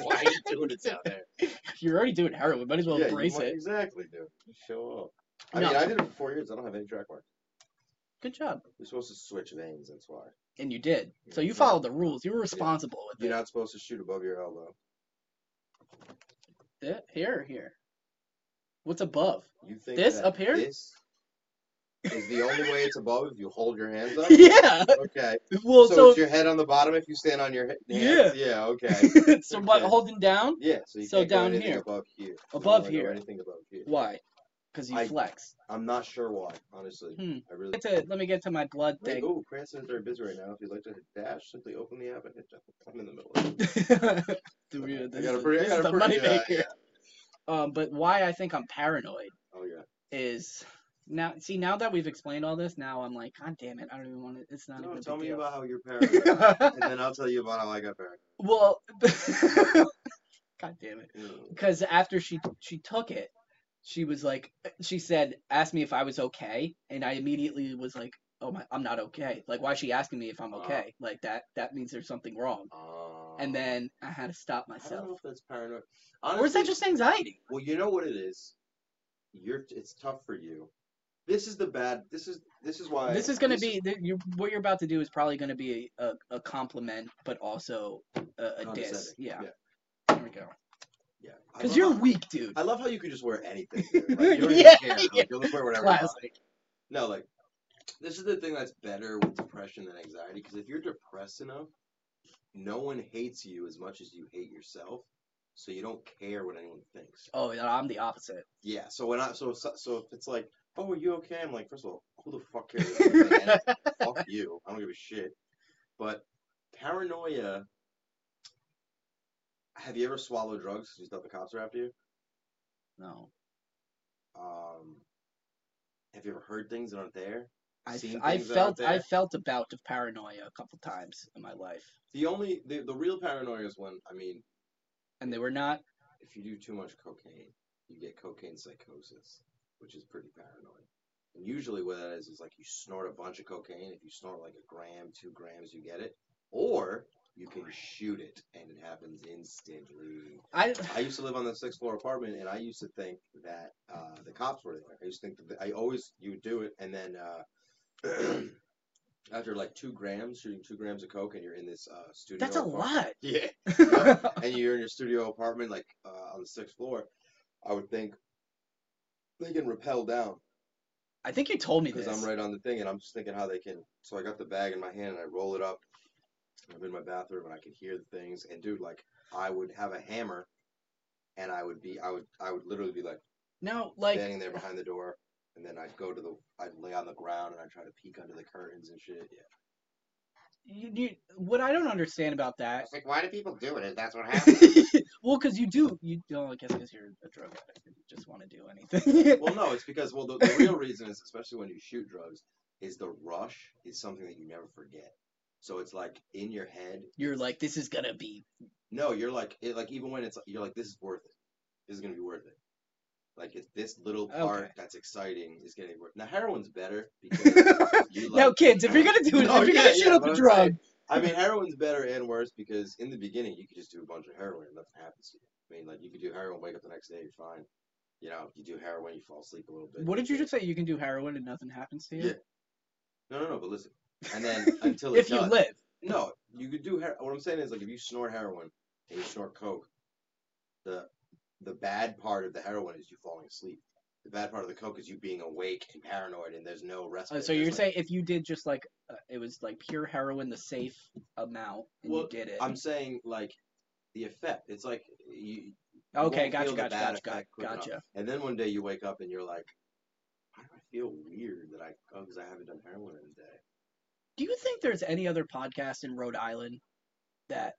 Speaker 2: Why are you doing it down there?
Speaker 1: You're already doing heroin, might as well
Speaker 2: yeah, you
Speaker 1: embrace
Speaker 2: might-
Speaker 1: it.
Speaker 2: exactly, dude. Just show up. I
Speaker 1: No.
Speaker 2: mean, I did it for four years. I don't have any track marks.
Speaker 1: Good job.
Speaker 2: You're supposed to switch veins. That's why.
Speaker 1: And you did. So you
Speaker 2: Yeah.
Speaker 1: followed the rules. You were responsible
Speaker 2: You're
Speaker 1: with
Speaker 2: not supposed to shoot above your elbow.
Speaker 1: it. Th- Here, here. What's above?
Speaker 2: You think
Speaker 1: This
Speaker 2: that
Speaker 1: up here?
Speaker 2: This is the only way it's above if you hold your hands up.
Speaker 1: yeah.
Speaker 2: Okay.
Speaker 1: Well,
Speaker 2: so,
Speaker 1: so
Speaker 2: it's your head on the bottom if you stand on your he-
Speaker 1: Yeah.
Speaker 2: hands. Yeah. Okay.
Speaker 1: so what?
Speaker 2: okay.
Speaker 1: Holding down?
Speaker 2: Yeah. So you
Speaker 1: So
Speaker 2: can't go
Speaker 1: down
Speaker 2: anything
Speaker 1: here.
Speaker 2: above here. You don't
Speaker 1: Above
Speaker 2: wanna go
Speaker 1: here.
Speaker 2: Anything above here.
Speaker 1: Why? Because you
Speaker 2: I-
Speaker 1: flex.
Speaker 2: I'm not sure why, honestly.
Speaker 1: Hmm.
Speaker 2: I really.
Speaker 1: Let me, get to, let me get to my blood
Speaker 2: Wait,
Speaker 1: thing.
Speaker 2: oh, Cranston and Third busy right now. If you'd like to hit dash, simply open the app and hit. I'm in the middle. Of it.
Speaker 1: Do we-
Speaker 2: I
Speaker 1: this
Speaker 2: got a
Speaker 1: is-
Speaker 2: pretty. I
Speaker 1: this is
Speaker 2: got
Speaker 1: the
Speaker 2: a pretty. Uh,
Speaker 1: moneymaker. Um, but why I think I'm paranoid
Speaker 2: Oh yeah.
Speaker 1: is now. See, now that we've explained all this, now I'm like, God damn it, I don't even want to. It's not
Speaker 2: No,
Speaker 1: even. a
Speaker 2: tell
Speaker 1: big
Speaker 2: me
Speaker 1: deal.
Speaker 2: about how you're paranoid, and then I'll tell you about how I got paranoid.
Speaker 1: well, God damn it,
Speaker 2: Mm.
Speaker 1: because after she she took it, she was like, she said, asked me if I was okay, and I immediately was like, Oh my, I'm not okay. Like, why is she asking me if I'm
Speaker 2: Ah.
Speaker 1: okay? Like that that means there's something wrong.
Speaker 2: Um,
Speaker 1: And then I had to stop
Speaker 2: I don't know
Speaker 1: myself.
Speaker 2: if that's paranoid.
Speaker 1: Or is
Speaker 2: Honestly,
Speaker 1: that just anxiety?
Speaker 2: well, you know what it is. You're it's tough for you. This is the bad. This is this is why.
Speaker 1: This is going to be th you, what you're about to do is probably going to be a, a compliment, but also a, a diss.
Speaker 2: condescending.
Speaker 1: Yeah,
Speaker 2: yeah.
Speaker 1: there we go.
Speaker 2: yeah. I
Speaker 1: Because
Speaker 2: love
Speaker 1: you're
Speaker 2: how-
Speaker 1: weak, dude.
Speaker 2: I love how you could just wear anything. dude. Like, you don't
Speaker 1: Yeah,
Speaker 2: even care. Like,
Speaker 1: yeah.
Speaker 2: You'll just wear whatever. you want.
Speaker 1: Classic.
Speaker 2: No, like this is the thing that's better with depression than anxiety because if you're depressed enough, no one hates you as much as you hate yourself, so you don't care what anyone thinks.
Speaker 1: Oh, no, I'm the opposite.
Speaker 2: Yeah. So when I so so so if it's like, oh, are you okay? I'm like, first of all, who the fuck cares? what you think? Fuck you. I don't give a shit. But paranoia. Have you ever swallowed drugs because you thought the cops were after you?
Speaker 1: no,
Speaker 2: Um, have you ever heard things that aren't there?
Speaker 1: I, f-
Speaker 2: Seen
Speaker 1: I
Speaker 2: things that aren't
Speaker 1: felt I
Speaker 2: there?
Speaker 1: felt a bout of paranoia a couple times in my life,
Speaker 2: The only the, the real paranoia is when I mean,
Speaker 1: and they were not.
Speaker 2: if you do too much cocaine, you get cocaine psychosis, which is pretty paranoid. And usually what that is is like you snort a bunch of cocaine. If you snort like a gram, two grams, you get it. Or you can shoot it and it happens instantly.
Speaker 1: I
Speaker 2: I used to live on the sixth floor apartment, and I used to think that uh, the cops were there. I used to think that I always you would do it, and then uh, after like two grams, shooting two grams of coke, and you're in this uh, studio.
Speaker 1: that's a
Speaker 2: apart-
Speaker 1: lot.
Speaker 2: Yeah,
Speaker 1: oh
Speaker 2: and you're in your studio apartment, like uh, on the sixth floor. I would think they can rappel down
Speaker 1: I think you told me
Speaker 2: because
Speaker 1: this.
Speaker 2: I'm right on the thing, and I'm just thinking how they can. So I got the bag in my hand, and I roll it up. I'm in my bathroom, and I could hear the things. And dude, like I would have a hammer, and I would be, I would, I would literally be like
Speaker 1: Now, like,
Speaker 2: standing there behind the door, and then I'd go to the, I'd lay on the ground, and I'd try to peek under the curtains and shit. Yeah.
Speaker 1: you, you, what I don't understand about that.
Speaker 2: like, why do people do it? If that's what
Speaker 1: well, because you do. You don't. I guess because you're a drug addict. and You just want to do anything.
Speaker 2: well, no, it's because well, the, the real reason is, especially when you shoot drugs, is the rush is something that you never forget. So it's like in your head.
Speaker 1: you're like, this is gonna be.
Speaker 2: No, you're like it, like even when it's you're like this is worth it. This is gonna be worth it. Like it's this little part
Speaker 1: Okay.
Speaker 2: that's exciting is gonna be worth. Now heroin's better because you
Speaker 1: now,
Speaker 2: like.
Speaker 1: kids, if you're gonna do,
Speaker 2: No,
Speaker 1: if you're
Speaker 2: yeah,
Speaker 1: gonna shoot
Speaker 2: yeah,
Speaker 1: up
Speaker 2: but
Speaker 1: a
Speaker 2: I'm
Speaker 1: drug,
Speaker 2: saying- I mean heroin's better and worse because in the beginning you could just do a bunch of heroin and nothing happens to you. I mean like you could do heroin, wake up the next day, you're fine. You know, you do heroin, you fall asleep a little bit.
Speaker 1: what did you
Speaker 2: that's it.
Speaker 1: just say? You can do heroin and nothing happens to you.
Speaker 2: Yeah. No, no, no. But listen, and then until it
Speaker 1: if you
Speaker 2: does-
Speaker 1: live.
Speaker 2: no, you could do. Her- what I'm saying is, like, if you snort heroin and you snort coke, the the bad part of the heroin is you falling asleep. The bad part of the coke is you being awake and paranoid, and there's no rest.
Speaker 1: Oh, so you're saying if you did just like uh, it was like pure heroin, the safe amount, and
Speaker 2: Well,
Speaker 1: you did it.
Speaker 2: I'm saying like the effect. It's like you. you
Speaker 1: okay,
Speaker 2: won't
Speaker 1: gotcha,
Speaker 2: feel the
Speaker 1: gotcha,
Speaker 2: bad
Speaker 1: gotcha, gotcha,
Speaker 2: effect quick enough.
Speaker 1: gotcha.
Speaker 2: And then one day you wake up and you're like, why do I feel weird that I oh because I haven't done heroin in a day.
Speaker 1: Do you think there's any other podcast in Rhode Island that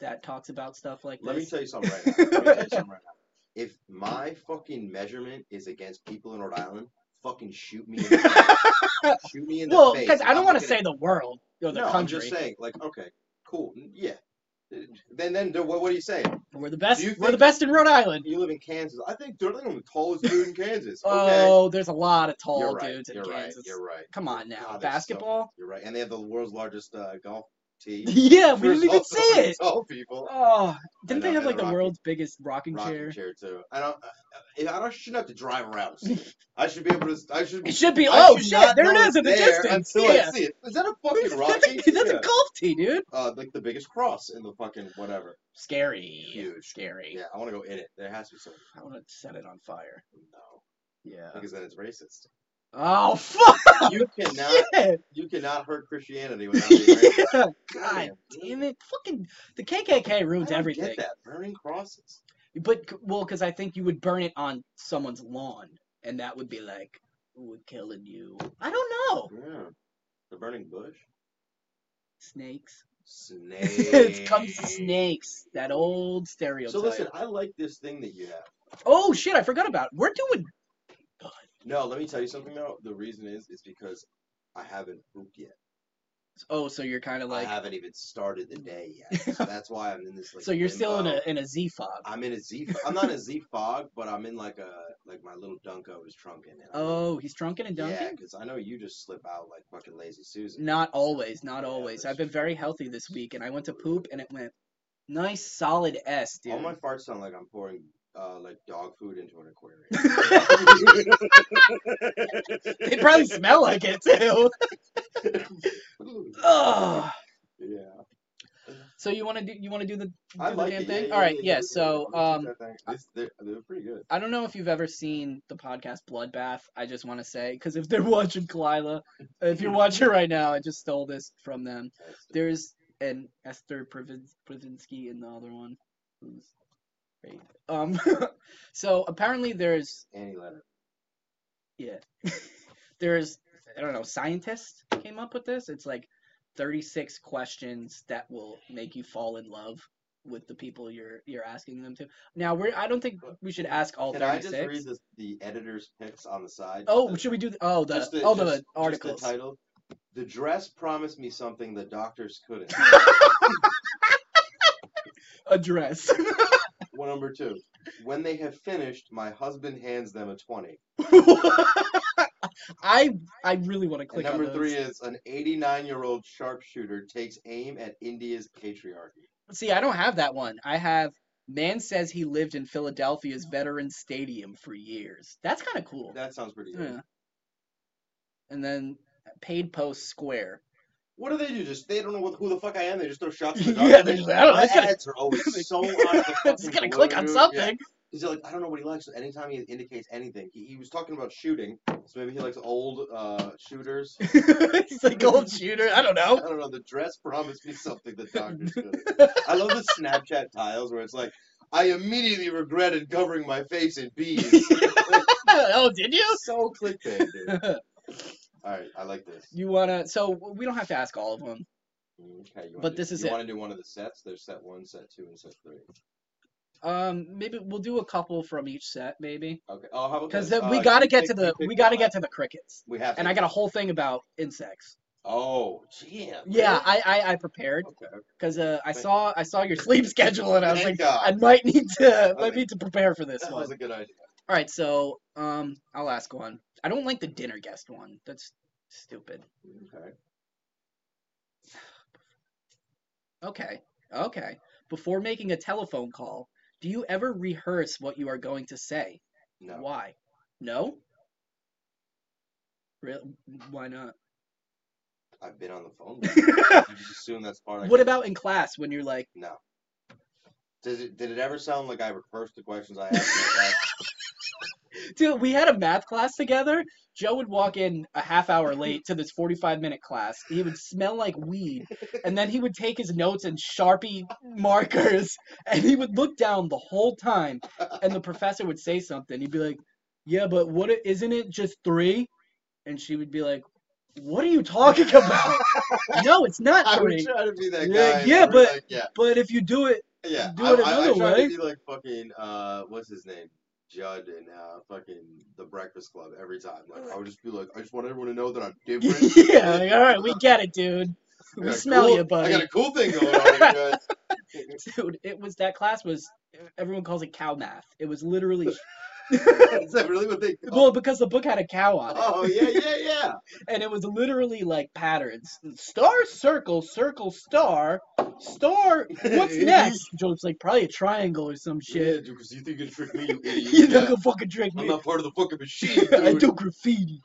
Speaker 1: that talks about stuff like
Speaker 2: Let me
Speaker 1: this?
Speaker 2: tell you something right now. Let me tell you something right now. If my fucking measurement is against people in Rhode Island, fucking shoot me. In the face. shoot me in the
Speaker 1: well,
Speaker 2: face.
Speaker 1: because I
Speaker 2: I'm
Speaker 1: don't want to
Speaker 2: looking
Speaker 1: say
Speaker 2: at-
Speaker 1: the world or the
Speaker 2: no, I'm
Speaker 1: country.
Speaker 2: just saying, like, okay, cool, n- yeah. Then, then, do- what, what are you saying?
Speaker 1: We're the best.
Speaker 2: you
Speaker 1: We're the
Speaker 2: think-
Speaker 1: best in Rhode Island.
Speaker 2: You live in Kansas. I think they're like the tallest dude in Kansas. Okay.
Speaker 1: Oh, there's a lot of tall
Speaker 2: you're right.
Speaker 1: dudes in
Speaker 2: you're
Speaker 1: Kansas.
Speaker 2: right. You're right.
Speaker 1: Come on now,
Speaker 2: God, there's so-
Speaker 1: basketball.
Speaker 2: you're right. And they have the world's largest uh, golf tee.
Speaker 1: yeah, we
Speaker 2: There's
Speaker 1: didn't even
Speaker 2: also
Speaker 1: see it.
Speaker 2: Tall people.
Speaker 1: Oh, didn't
Speaker 2: know,
Speaker 1: they have
Speaker 2: and
Speaker 1: like the
Speaker 2: Rocky-
Speaker 1: world's biggest rocking,
Speaker 2: rocking chair too. I don't. I, I don't, shouldn't have to drive around. to see it. I should be able to. I should.
Speaker 1: It should be.
Speaker 2: I
Speaker 1: oh
Speaker 2: should
Speaker 1: shit!
Speaker 2: not
Speaker 1: There
Speaker 2: know
Speaker 1: it is
Speaker 2: it's
Speaker 1: in the
Speaker 2: there
Speaker 1: distance.
Speaker 2: Until
Speaker 1: yeah.
Speaker 2: I see it. Is that a
Speaker 1: That's
Speaker 2: fucking rock?
Speaker 1: a, that's a golf tee, dude.
Speaker 2: Uh, like the biggest cross in the fucking whatever.
Speaker 1: Scary.
Speaker 2: Huge.
Speaker 1: Scary.
Speaker 2: Yeah, I want to go in it. There has to be something.
Speaker 1: I want to set it on fire.
Speaker 2: No,
Speaker 1: Yeah.
Speaker 2: because then it's racist.
Speaker 1: Oh fuck!
Speaker 2: You cannot.
Speaker 1: Yeah.
Speaker 2: You cannot hurt Christianity without being racist.
Speaker 1: yeah.
Speaker 2: Goddamn,
Speaker 1: God
Speaker 2: dude.
Speaker 1: damn it! Fucking the KKK
Speaker 2: I
Speaker 1: ruins
Speaker 2: don't
Speaker 1: everything.
Speaker 2: Get that burning crosses.
Speaker 1: But c- well, because I think you would burn it on someone's lawn, and that would be like, "We're killing you." I don't know.
Speaker 2: Yeah. The burning bush.
Speaker 1: Snakes.
Speaker 2: Snake.
Speaker 1: it comes to snakes. That old stereotype.
Speaker 2: So listen, I like this thing that you have.
Speaker 1: Oh shit, I forgot about. It. We're doing.
Speaker 2: No, let me tell you something though. The reason is is because I haven't pooped yet.
Speaker 1: Oh, so you're kind of like.
Speaker 2: I haven't even started the day yet. So that's why I'm in this like.
Speaker 1: so you're still in
Speaker 2: limbo.
Speaker 1: a in a Z fog.
Speaker 2: I'm in a Z. fo- I'm not in a Z fog, but I'm in like a like my little Dunko is trunking. And I'm in-
Speaker 1: Oh, he's drunken and dunking.
Speaker 2: yeah, because I know you just slip out like fucking lazy Susan.
Speaker 1: Not always, not
Speaker 2: Yeah,
Speaker 1: always.
Speaker 2: that's
Speaker 1: I've been
Speaker 2: true.
Speaker 1: very healthy this week, and I went to poop, and it went nice, solid S, dude.
Speaker 2: All Oh my farts sound like I'm pouring uh like dog food into an aquarium.
Speaker 1: they probably smell like it too. Ugh.
Speaker 2: yeah,
Speaker 1: So you want to do you want to do the do
Speaker 2: I
Speaker 1: the
Speaker 2: like
Speaker 1: damn
Speaker 2: it.
Speaker 1: thing?
Speaker 2: Yeah,
Speaker 1: All right,
Speaker 2: yeah,
Speaker 1: yeah.
Speaker 2: yeah, yeah,
Speaker 1: so
Speaker 2: yeah. I'll
Speaker 1: um,
Speaker 2: keep that thing. This- they're, they're pretty good.
Speaker 1: I don't know if you've ever seen the podcast Bloodbath. I just want to say because if they're watching Kalila, if you're watching right now, I just stole this from them.
Speaker 2: That's-
Speaker 1: There's an Esther Privin- Privinsky in the other one, who's great. Um, so apparently there's
Speaker 2: Annie Leonard.
Speaker 1: yeah. There's, I don't know, scientists came up with this. It's like 36 questions that will make you fall in love with the people you're you're asking them to. Now, we're I don't think we should ask all
Speaker 2: Can I
Speaker 1: 36.
Speaker 2: just read the, the editor's picks on the side?
Speaker 1: oh,
Speaker 2: Just
Speaker 1: should we do the, oh, the
Speaker 2: just the-
Speaker 1: oh,
Speaker 2: just-
Speaker 1: the
Speaker 2: just the
Speaker 1: articles.
Speaker 2: title. The dress promised me something the doctors couldn't.
Speaker 1: Address.
Speaker 2: Well, number two. When they have finished, my husband hands them a twenty.
Speaker 1: I I really want to
Speaker 2: And
Speaker 1: click on
Speaker 2: number
Speaker 1: those.
Speaker 2: three is an eighty-nine-year-old sharpshooter takes aim at India's patriarchy.
Speaker 1: See, I don't have that one. I have man says he lived in Philadelphia's Veterans Stadium for years. That's kind of cool.
Speaker 2: That sounds pretty good.
Speaker 1: Yeah. And then paid post square.
Speaker 2: What do they do? Just they don't know who the fuck I am. They just throw shots. In the
Speaker 1: Yeah,
Speaker 2: dark.
Speaker 1: they just- I don't know,
Speaker 2: My
Speaker 1: it's gonna-
Speaker 2: ads are always so on the
Speaker 1: It's
Speaker 2: fucking
Speaker 1: gonna
Speaker 2: blue,
Speaker 1: click on
Speaker 2: dude. Yeah.
Speaker 1: something.
Speaker 2: He's like, I don't know what he likes. So anytime he indicates anything, he, he was talking about shooting. So maybe he likes old uh, shooters.
Speaker 1: He's like gold shooter. I don't
Speaker 2: I
Speaker 1: know.
Speaker 2: don't know. The dress promised me something the doctors couldn't. I love the Snapchat tiles where it's like, I immediately regretted covering my face in bees.
Speaker 1: oh, did you?
Speaker 2: so clickbait, dude. All right, I like this.
Speaker 1: you wanna? So we don't have to ask all of them.
Speaker 2: Okay, you wanna
Speaker 1: But
Speaker 2: do-
Speaker 1: this is
Speaker 2: you
Speaker 1: it.
Speaker 2: want to do one of the sets? There's set one, set two, and set three.
Speaker 1: Um, maybe we'll do a couple from each set, maybe.
Speaker 2: Okay. Oh, how about
Speaker 1: Because
Speaker 2: this?
Speaker 1: we
Speaker 2: Uh,
Speaker 1: gotta
Speaker 2: you
Speaker 1: get
Speaker 2: pick-
Speaker 1: to
Speaker 2: you
Speaker 1: the
Speaker 2: pick
Speaker 1: we gotta
Speaker 2: one.
Speaker 1: get to the crickets,
Speaker 2: We have.
Speaker 1: and
Speaker 2: to.
Speaker 1: I got a whole thing about insects.
Speaker 2: Oh, yeah.
Speaker 1: Yeah, I I, I prepared
Speaker 2: Okay.
Speaker 1: because uh, I
Speaker 2: Thank-
Speaker 1: saw I saw your sleep schedule, and I was like,
Speaker 2: Thank God.
Speaker 1: I might need to
Speaker 2: I
Speaker 1: might
Speaker 2: think-
Speaker 1: need to prepare for this
Speaker 2: That
Speaker 1: one.
Speaker 2: was a good idea.
Speaker 1: All right, so um, I'll ask one. I don't like the dinner guest one. That's stupid.
Speaker 2: Okay.
Speaker 1: Okay, okay. Before making a telephone call, do you ever rehearse what you are going to say?
Speaker 2: No.
Speaker 1: Why? No? Real? Why not?
Speaker 2: I've been on the phone. before. you just assume that's part. I
Speaker 1: What
Speaker 2: get.
Speaker 1: about in class when you're like,
Speaker 2: No. Does it? Did it ever sound like I rehearsed the questions I asked? in class?
Speaker 1: dude, we had a math class together. Joe would walk in a half hour late to this 45 minute class. He would smell like weed, and then he would take his notes and Sharpie markers, and he would look down the whole time, and the professor would say something. He'd be like, "Yeah, but what i- isn't it just 3?" And she would be like, "What are you talking about? no, it's not
Speaker 2: I would
Speaker 1: 3.
Speaker 2: try to be that
Speaker 1: Yeah,
Speaker 2: guy.
Speaker 1: yeah,
Speaker 2: where,
Speaker 1: but-
Speaker 2: like, yeah,
Speaker 1: But if you do it,
Speaker 2: yeah.
Speaker 1: do
Speaker 2: I,
Speaker 1: it
Speaker 2: I, I
Speaker 1: another
Speaker 2: tried
Speaker 1: way.
Speaker 2: to be like fucking uh, what's his name, Judd and uh, fucking The Breakfast Club every time. Like I would just be like, I just want everyone to know that I'm different.
Speaker 1: yeah, like, all right, we get it, dude.
Speaker 2: I
Speaker 1: We
Speaker 2: got a
Speaker 1: smell
Speaker 2: cool,
Speaker 1: you, buddy."
Speaker 2: I got a cool thing going on here, guys.
Speaker 1: Dude, it was that class was everyone calls it cow math. It was literally
Speaker 2: Is that really what they? Call?
Speaker 1: well because the book had a cow on it,
Speaker 2: Oh yeah, yeah, yeah.
Speaker 1: and it was literally like patterns: star, circle, circle, star, star. What's next? Joe's like probably a triangle or some
Speaker 2: Yeah,
Speaker 1: shit.
Speaker 2: dude, because you think you trick me, you idiot.
Speaker 1: You're
Speaker 2: Yeah.
Speaker 1: not gonna fucking trick
Speaker 2: I'm
Speaker 1: me.
Speaker 2: not part of the fucking machine,
Speaker 1: I
Speaker 2: dude.
Speaker 1: do graffiti.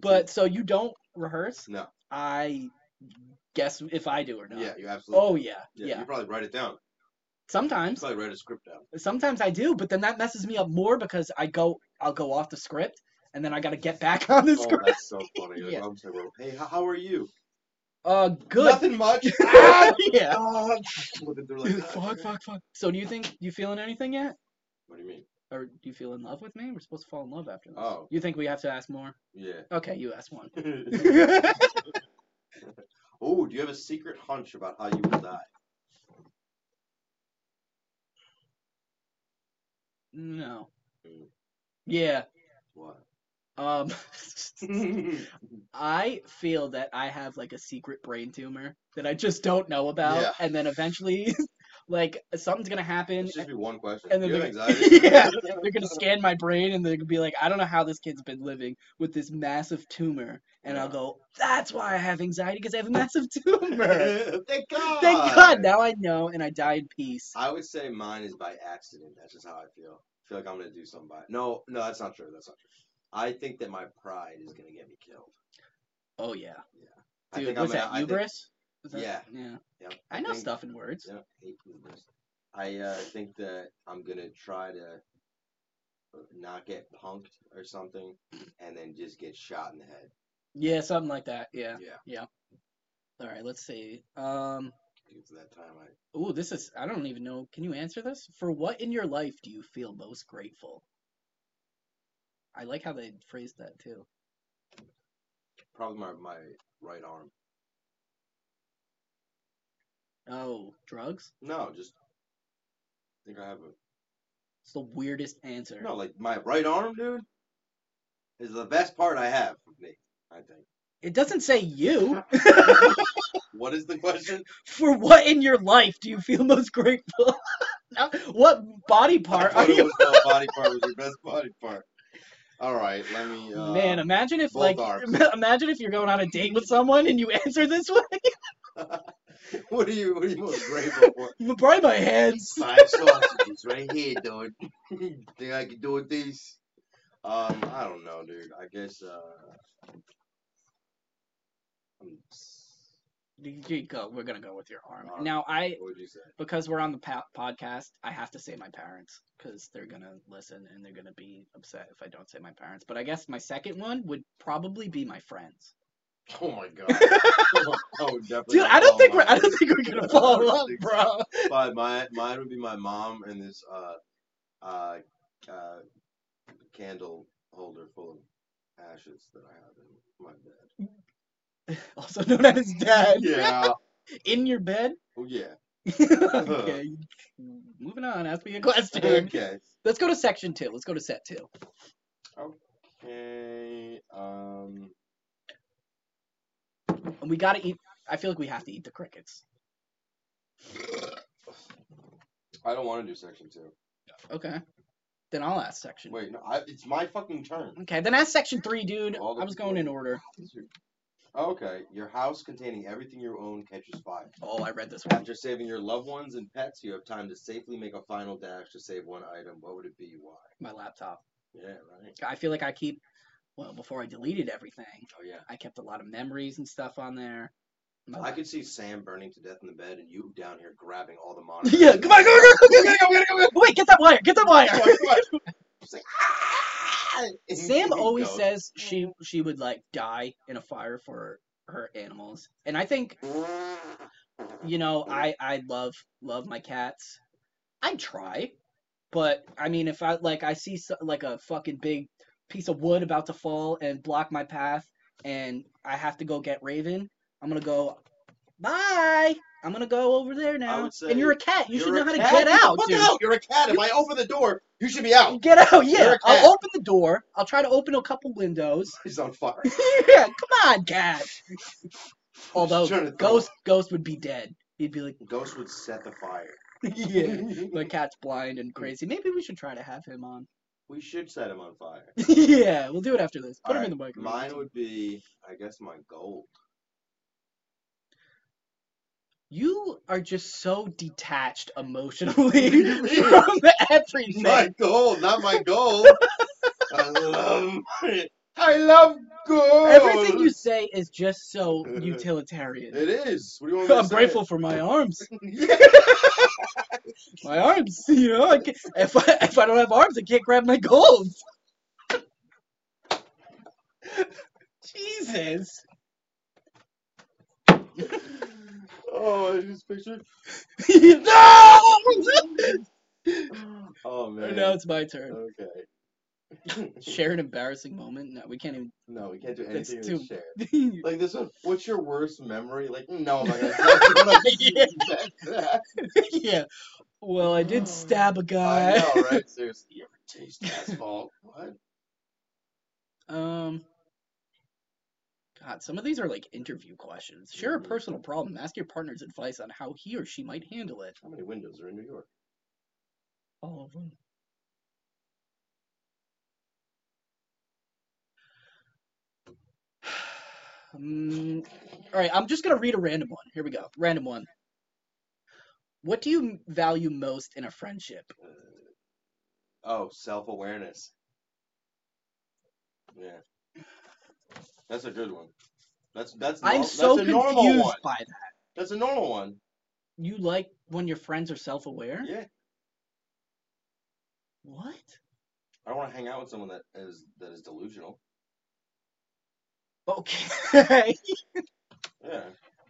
Speaker 1: But so you don't rehearse?
Speaker 2: No.
Speaker 1: I guess if I do or not.
Speaker 2: yeah, you absolutely.
Speaker 1: Oh yeah,
Speaker 2: yeah,
Speaker 1: yeah.
Speaker 2: you probably write it down. You
Speaker 1: Sometimes,
Speaker 2: probably write a script down.
Speaker 1: sometimes I do, but then that messes me up more because I go, I'll go off the script, and then I gotta get back on the
Speaker 2: Oh,
Speaker 1: script.
Speaker 2: that's so funny. Like,
Speaker 1: Yeah.
Speaker 2: I'm just like, well, hey, how, how are you?
Speaker 1: Uh, good.
Speaker 2: Nothing much.
Speaker 1: yeah.
Speaker 2: Ah, Looking through like, ah,
Speaker 1: fuck, fuck, fuck. So, do you think you feeling anything yet,
Speaker 2: What do you mean?
Speaker 1: or do you feel in love with me? We're supposed to fall in love after this.
Speaker 2: Oh,
Speaker 1: You think we have to ask more?
Speaker 2: yeah.
Speaker 1: Okay, you ask one.
Speaker 2: oh, do you have a secret hunch about how you will die?
Speaker 1: No.
Speaker 2: Mm.
Speaker 1: Yeah.
Speaker 2: What?
Speaker 1: Um, I feel that I have like a secret brain tumor that I just don't know about,
Speaker 2: Yeah.
Speaker 1: and then eventually, like something's gonna happen.
Speaker 2: It should be one question.
Speaker 1: and then
Speaker 2: you have
Speaker 1: they're-
Speaker 2: anxiety.
Speaker 1: Yeah, They're gonna scan my brain and they're gonna be like, I don't know how this kid's been living with this massive tumor, and I'll
Speaker 2: Yeah.
Speaker 1: go, that's why I have anxiety because I have a massive tumor.
Speaker 2: Thank God.
Speaker 1: Thank God, now I know, and I die in peace.
Speaker 2: I would say mine is by accident. That's just how I feel. I feel like I'm gonna do something by. No, no, that's not true. That's not true. I think that my pride is gonna get me killed.
Speaker 1: Oh yeah,
Speaker 2: I
Speaker 1: dude,
Speaker 2: think
Speaker 1: what's
Speaker 2: I'm
Speaker 1: that
Speaker 2: gonna,
Speaker 1: hubris? Is that-
Speaker 2: Yeah.
Speaker 1: yeah.
Speaker 2: I think, yep,
Speaker 1: I know
Speaker 2: think-
Speaker 1: stuff in words.
Speaker 2: Yeah, hate hubris. I uh, think that I'm gonna try to not get punked or something, and then just get shot in the head.
Speaker 1: Yeah, something like that. Yeah.
Speaker 2: Yeah.
Speaker 1: All right, let's see. Um,
Speaker 2: Because that time I
Speaker 1: ooh, this is, I don't even know. Can you answer this? For what in your life do you feel most grateful? I like how they phrased that too.
Speaker 2: probably my my right arm.
Speaker 1: Oh, drugs?
Speaker 2: No, just I think I have a
Speaker 1: It's the weirdest answer.
Speaker 2: no like my right arm, dude, is the best part I have of me. I think.
Speaker 1: It doesn't say you.
Speaker 2: What is the question?
Speaker 1: For what in your life do you feel most grateful? Now, what body
Speaker 2: I
Speaker 1: part
Speaker 2: thought
Speaker 1: are
Speaker 2: it
Speaker 1: you?
Speaker 2: was the body part was your best body part. All right, let me. Uh,
Speaker 1: Man, imagine if
Speaker 2: both
Speaker 1: like,
Speaker 2: arms.
Speaker 1: imagine if you're going on a date with someone and you answer this way.
Speaker 2: what are you? What are you most grateful for?
Speaker 1: Probably my hands.
Speaker 2: Five sausages right here, dude. Think I can do with these? Um, I don't know, dude. I guess uh, I'm,
Speaker 1: You- you go- We're gonna go with your arm.
Speaker 2: Arm.
Speaker 1: Now I,
Speaker 2: what would you say?
Speaker 1: because we're on the po- podcast, I have to say my parents because they're gonna listen and they're gonna be upset if I don't say my parents. But I guess my second one would probably be my friends.
Speaker 2: Oh my god. oh, definitely.
Speaker 1: Dude,
Speaker 2: not
Speaker 1: I don't
Speaker 2: follow
Speaker 1: think we're
Speaker 2: my
Speaker 1: I don't think we're gonna follow up, bro.
Speaker 2: But my mine would be my mom and this uh uh uh candle holder full of ashes that I have in my bed.
Speaker 1: Also known as dad.
Speaker 2: Yeah.
Speaker 1: In your bed.
Speaker 2: Oh yeah. Uh-huh.
Speaker 1: okay. Moving on. Ask me a question.
Speaker 2: Okay.
Speaker 1: Let's go to section two. Let's go to set two.
Speaker 2: Okay. Um
Speaker 1: And we gotta eat. I feel like we have to eat the crickets.
Speaker 2: I don't want to do section two.
Speaker 1: Okay. Then I'll ask section.
Speaker 2: Wait, no, I, it's my fucking turn.
Speaker 1: Okay, then ask section three, dude.
Speaker 2: All the
Speaker 1: I was going in
Speaker 2: people.
Speaker 1: order.
Speaker 2: It's your- Okay, your house containing everything you own catches fire.
Speaker 1: Oh, I read this one.
Speaker 2: After saving your loved ones and pets, you have time to safely make a final dash to save one item. What would it be? Why?
Speaker 1: My laptop.
Speaker 2: Yeah, right.
Speaker 1: I feel like I keep, well, before I deleted everything,
Speaker 2: Oh yeah.
Speaker 1: I kept a lot of memories and stuff on there. My
Speaker 2: I
Speaker 1: lap-
Speaker 2: could see Sam burning to death in the bed and you down here grabbing all the monitors.
Speaker 1: yeah, come on, go, go, go, go, go, go, go, go, go. Wait, get that wire, get that wire.
Speaker 2: It's like, "Ah!" And
Speaker 1: Sam
Speaker 2: he
Speaker 1: always
Speaker 2: goes,
Speaker 1: says she she would like die in a fire for her animals, and I think you know I I love love my cats. I try, but I mean if I like I see so, like a fucking big piece of wood about to fall and block my path, and I have to go get Raven. I'm gonna go. Bye. I'm gonna go over there now.
Speaker 2: would say
Speaker 1: and you're a cat. You
Speaker 2: "You're
Speaker 1: should
Speaker 2: a
Speaker 1: know how to
Speaker 2: cat?
Speaker 1: get out,
Speaker 2: Fuck
Speaker 1: dude.
Speaker 2: out! You're a cat. If I open the door, you should be out.
Speaker 1: Get out,
Speaker 2: You're
Speaker 1: yeah.
Speaker 2: a cat.
Speaker 1: I'll open the door. I'll try to open a couple windows.
Speaker 2: He's on fire.
Speaker 1: yeah, come on, cat. Although
Speaker 2: trying to think.
Speaker 1: Ghost Ghost would be dead. He'd be like,
Speaker 2: Ghost would set the fire.
Speaker 1: yeah. The cat's blind and crazy.
Speaker 2: Mm-hmm.
Speaker 1: Maybe we should try to have him on.
Speaker 2: we should set him on fire.
Speaker 1: yeah, we'll do it after this. Put him
Speaker 2: Alright,
Speaker 1: in the microphone.
Speaker 2: Mine would be, I guess, my gold.
Speaker 1: You are just so detached emotionally
Speaker 2: do you mean?
Speaker 1: from everything.
Speaker 2: My gold, not my gold. I love my- I love gold.
Speaker 1: Everything you say is just so utilitarian.
Speaker 2: oh. It is. What do you want me to
Speaker 1: I'm
Speaker 2: say?
Speaker 1: grateful for my arms.
Speaker 2: Yeah.
Speaker 1: My arms, you know. I can't, if I if I don't have arms, I can't grab my gold. Jesus.
Speaker 2: Oh, I just pictured.
Speaker 1: no!
Speaker 2: Oh man.
Speaker 1: Now it's my turn.
Speaker 2: Okay.
Speaker 1: Share an embarrassing moment. No, we can't
Speaker 2: No, we can't do
Speaker 1: That's
Speaker 2: anything to
Speaker 1: too-
Speaker 2: share.
Speaker 1: even.
Speaker 2: Like this one. What's your
Speaker 1: Uh,
Speaker 2: worst memory? Like, no, I'm not gonna.
Speaker 1: yeah. Well, I
Speaker 2: Oh.
Speaker 1: did stab a
Speaker 2: I
Speaker 1: guy.
Speaker 2: know, right? Seriously, you ever taste asphalt? What?
Speaker 1: Um, God, some of these are like interview questions. Share a
Speaker 2: Mhm.
Speaker 1: personal problem. Ask your partner's advice on how he or she might handle it.
Speaker 2: How many windows are in New York? Oh,
Speaker 1: All of them. Mm, all right, I'm just gonna read a random one. Here we go. Random one. What do you value most in a friendship?
Speaker 2: Uh, oh, self awareness. Yeah, that's a good one. That's that's
Speaker 1: I'm
Speaker 2: nor-
Speaker 1: so
Speaker 2: that's a normal
Speaker 1: confused
Speaker 2: one.
Speaker 1: by that.
Speaker 2: That's a normal one.
Speaker 1: You like when your friends are self-aware?
Speaker 2: Yeah,
Speaker 1: What?
Speaker 2: I don't want to hang out with someone that is that is delusional.
Speaker 1: Okay.
Speaker 2: Yeah,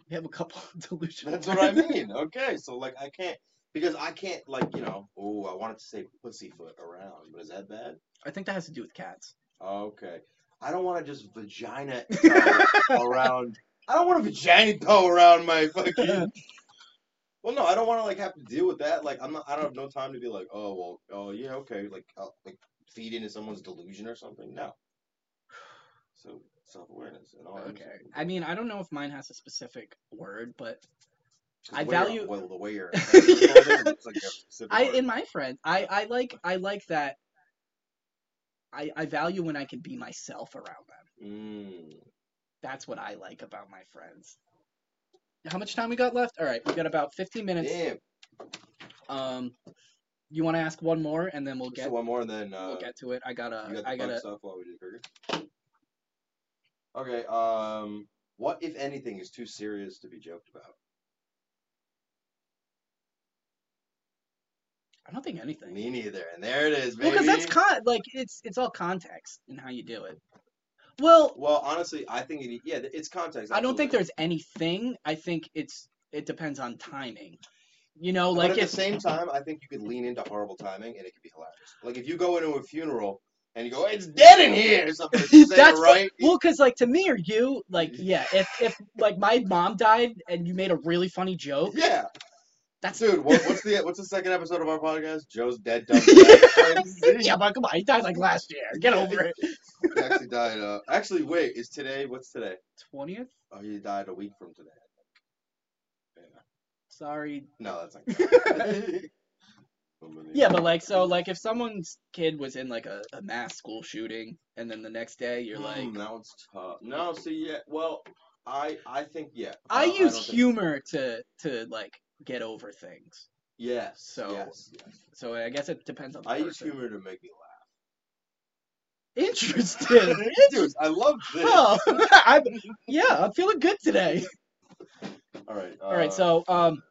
Speaker 1: We have a couple of delusional.
Speaker 2: that's what I mean. Okay, so like I can't because I can't like you know. Oh, I wanted to say pussyfoot around, but is that bad?
Speaker 1: I think that has to do with cats.
Speaker 2: Okay, I don't want to just vagina toe around. I don't want to vagina toe around my fucking Well, no, I don't want to like have to deal with that. Like, I'm not. I don't have no time to be like, oh well, oh yeah, okay. Like, I'll, like feed into someone's delusion or something. No. So self awareness and all. that
Speaker 1: Okay.
Speaker 2: shit.
Speaker 1: I mean, I don't know if mine has a specific word, but
Speaker 2: 'Cause
Speaker 1: I
Speaker 2: the way you're-
Speaker 1: value-
Speaker 2: well the way you're. it's like a specific
Speaker 1: I
Speaker 2: word.
Speaker 1: in my friend, I I like I like that. I I value when I can be myself around them.
Speaker 2: Mm.
Speaker 1: That's what I like about my friends. How much time we got left? All right, we got about 15 minutes.
Speaker 2: Damn.
Speaker 1: Um, you want to ask one more, and then we'll
Speaker 2: So
Speaker 1: get
Speaker 2: one more, and then uh,
Speaker 1: we'll get to it. I
Speaker 2: you
Speaker 1: gotta
Speaker 2: got the
Speaker 1: I
Speaker 2: fun
Speaker 1: gotta.
Speaker 2: stuff while we do burger. Okay. Um. What if anything is too serious to be joked about?
Speaker 1: I don't think anything.
Speaker 2: Me neither. And there it is,
Speaker 1: Well,
Speaker 2: baby.
Speaker 1: because that's con like it's it's all context in how you do it. Well,
Speaker 2: Well, honestly, I think it, yeah, it's context.
Speaker 1: I don't think
Speaker 2: absolutely.
Speaker 1: there's anything. I think it's it depends on timing. You know,
Speaker 2: But
Speaker 1: like
Speaker 2: at
Speaker 1: if
Speaker 2: the same time, I think you could lean into horrible timing and it could be hilarious. Like if you go into a funeral and you go, "It's dead in here," or something. You say
Speaker 1: That's
Speaker 2: it
Speaker 1: fu-
Speaker 2: right.
Speaker 1: well, because like to me or you, like yeah, if if like my mom died and you made a really funny joke,
Speaker 2: Yeah,
Speaker 1: that's
Speaker 2: dude. What, what's the what's the second episode of our podcast? Joe's dead. Dumb
Speaker 1: yeah, but come on, he died like last year. Get over it.
Speaker 2: He actually died. Uh, actually, wait. Is today? What's today?
Speaker 1: Twentieth.
Speaker 2: Oh, he died a week from today.
Speaker 1: Sorry.
Speaker 2: No, that's not. good.
Speaker 1: Yeah, but like so, like if someone's kid was in like a, a mass school shooting, and then the next day you're like,
Speaker 2: Mm, that one's tough. No, see, yeah. Well, I I think yeah.
Speaker 1: Oh, I
Speaker 2: don't
Speaker 1: use
Speaker 2: think-
Speaker 1: humor to to like get over things.
Speaker 2: Yes.
Speaker 1: So-
Speaker 2: yes, yes.
Speaker 1: So I guess it depends on the
Speaker 2: I use
Speaker 1: person.
Speaker 2: humor to make me laugh.
Speaker 1: Interesting.
Speaker 2: Dude, I love this.
Speaker 1: Oh, I'm, yeah, I'm feeling good today.
Speaker 2: All right. uh,
Speaker 1: All right, so um,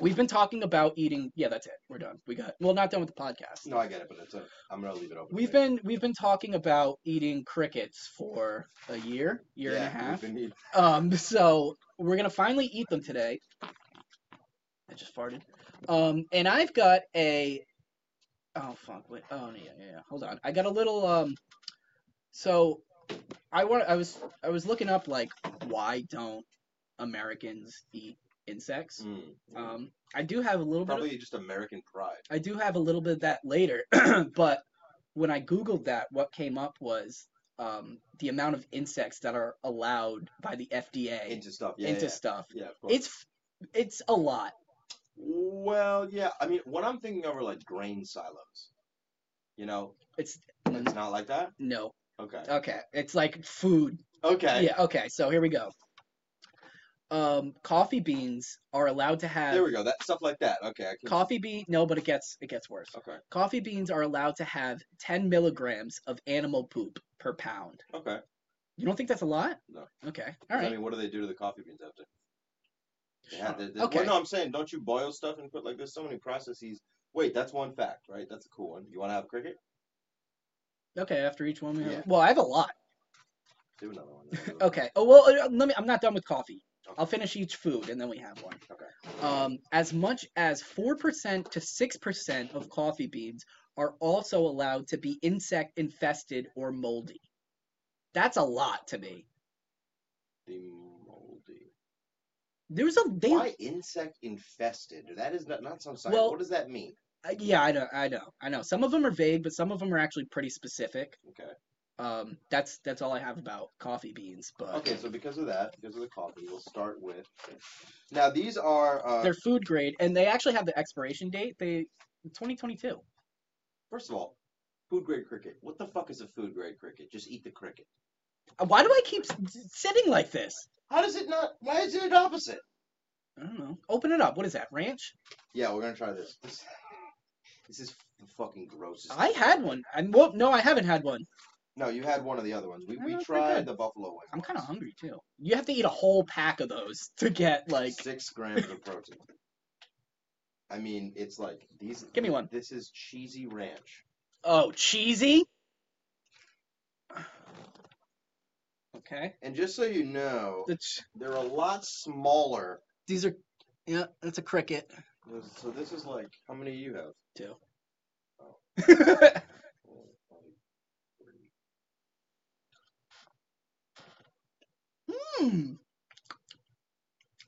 Speaker 1: we've been talking about eating. Yeah, that's it. We're done. We got. Well, not done with the podcast.
Speaker 2: No, I get it, but it's a, I'm gonna leave it open.
Speaker 1: We've been we've been talking about eating crickets for a year, year and a half. Um, so we're gonna finally eat them today. I just farted. Um, and I've got a. Oh fuck! Wait. Oh yeah, yeah, yeah. Hold on. I got a little um. So, I want. I was. I was looking up like why don't Americans eat insects?
Speaker 2: Hmm.
Speaker 1: Um, I do have a little bit. Of,
Speaker 2: Mm-hmm. Probably just American pride.
Speaker 1: I do have a little bit of that later, but when I googled that, what came up was um, the amount of insects that are allowed by the FDA
Speaker 2: Into stuff. uh, Yeah.
Speaker 1: into
Speaker 2: yeah.
Speaker 1: stuff.
Speaker 2: yeah, of course.
Speaker 1: Oh. It's f- it's a lot.
Speaker 2: Well, yeah. I mean, what I'm thinking of are like grain silos. You know,
Speaker 1: It's
Speaker 2: it's not like that.
Speaker 1: no.
Speaker 2: Okay.
Speaker 1: Okay, it's like food.
Speaker 2: Okay.
Speaker 1: Yeah. Okay. So here we go. Um, coffee beans are allowed to have
Speaker 2: There we go. That stuff like that. Okay. I can,
Speaker 1: coffee bean. No, but it gets it gets worse.
Speaker 2: okay.
Speaker 1: Coffee beans are allowed to have 10 milligrams of animal poop per pound.
Speaker 2: Okay.
Speaker 1: You don't think that's a lot?
Speaker 2: No.
Speaker 1: Okay. All
Speaker 2: 'Cause, I
Speaker 1: right.
Speaker 2: mean, what do they do to the coffee beans after? They have- they- they-
Speaker 1: Okay.
Speaker 2: Well, no, I'm saying, don't you boil stuff and put like there's so many processes. Wait, that's one fact, right? That's a cool one. You want to have cricket?
Speaker 1: Okay. After each one, we have...
Speaker 2: Yeah.
Speaker 1: well, I have a lot.
Speaker 2: Do another one. do another one.
Speaker 1: Okay. Oh well, uh, let me. I'm not done with coffee.
Speaker 2: Okay.
Speaker 1: I'll finish each food and then we have one.
Speaker 2: Okay.
Speaker 1: Um, as much as 4% to 6% of coffee beans are also allowed to be insect infested or moldy. That's a lot to me.
Speaker 2: The moldy.
Speaker 1: There's a they
Speaker 2: Why insect infested? That is not, not some science.
Speaker 1: Well-
Speaker 2: what does that mean?
Speaker 1: I- uh, yeah, I know, I know, I know. Some of them are vague, but some of them are actually pretty specific.
Speaker 2: Okay.
Speaker 1: Um, that's that's all I have about coffee beans, but
Speaker 2: Okay, so because of that, because of the coffee, we'll start with. Now these are uh,
Speaker 1: they're food grade, and they actually have the expiration date. They 2022.
Speaker 2: first of all, food grade cricket. What the fuck is a food grade cricket? Just eat the cricket.
Speaker 1: Uh, Why do I keep s- sitting like this?
Speaker 2: How does it not? Why is it opposite?
Speaker 1: I don't know. Open it up. What is that? Ranch?
Speaker 2: Yeah, we're gonna try this. This, this is the fucking grossest.
Speaker 1: I had one. I'm well, no, I haven't had one.
Speaker 2: No, you had one of the other ones. We,
Speaker 1: No,
Speaker 2: we
Speaker 1: that's pretty
Speaker 2: tried
Speaker 1: good.
Speaker 2: the buffalo wing.
Speaker 1: I'm kind of
Speaker 2: ones.
Speaker 1: hungry too. You have to eat a whole pack of those to get like.
Speaker 2: six grams of protein. I mean, it's like these.
Speaker 1: Give me one.
Speaker 2: This is cheesy ranch.
Speaker 1: Oh, cheesy. Okay.
Speaker 2: And just so you know,
Speaker 1: The ch-
Speaker 2: they're a lot smaller.
Speaker 1: these are. Yeah, that's a cricket.
Speaker 2: So this is like how many you have?
Speaker 1: Two.
Speaker 2: Oh.
Speaker 1: Hmm.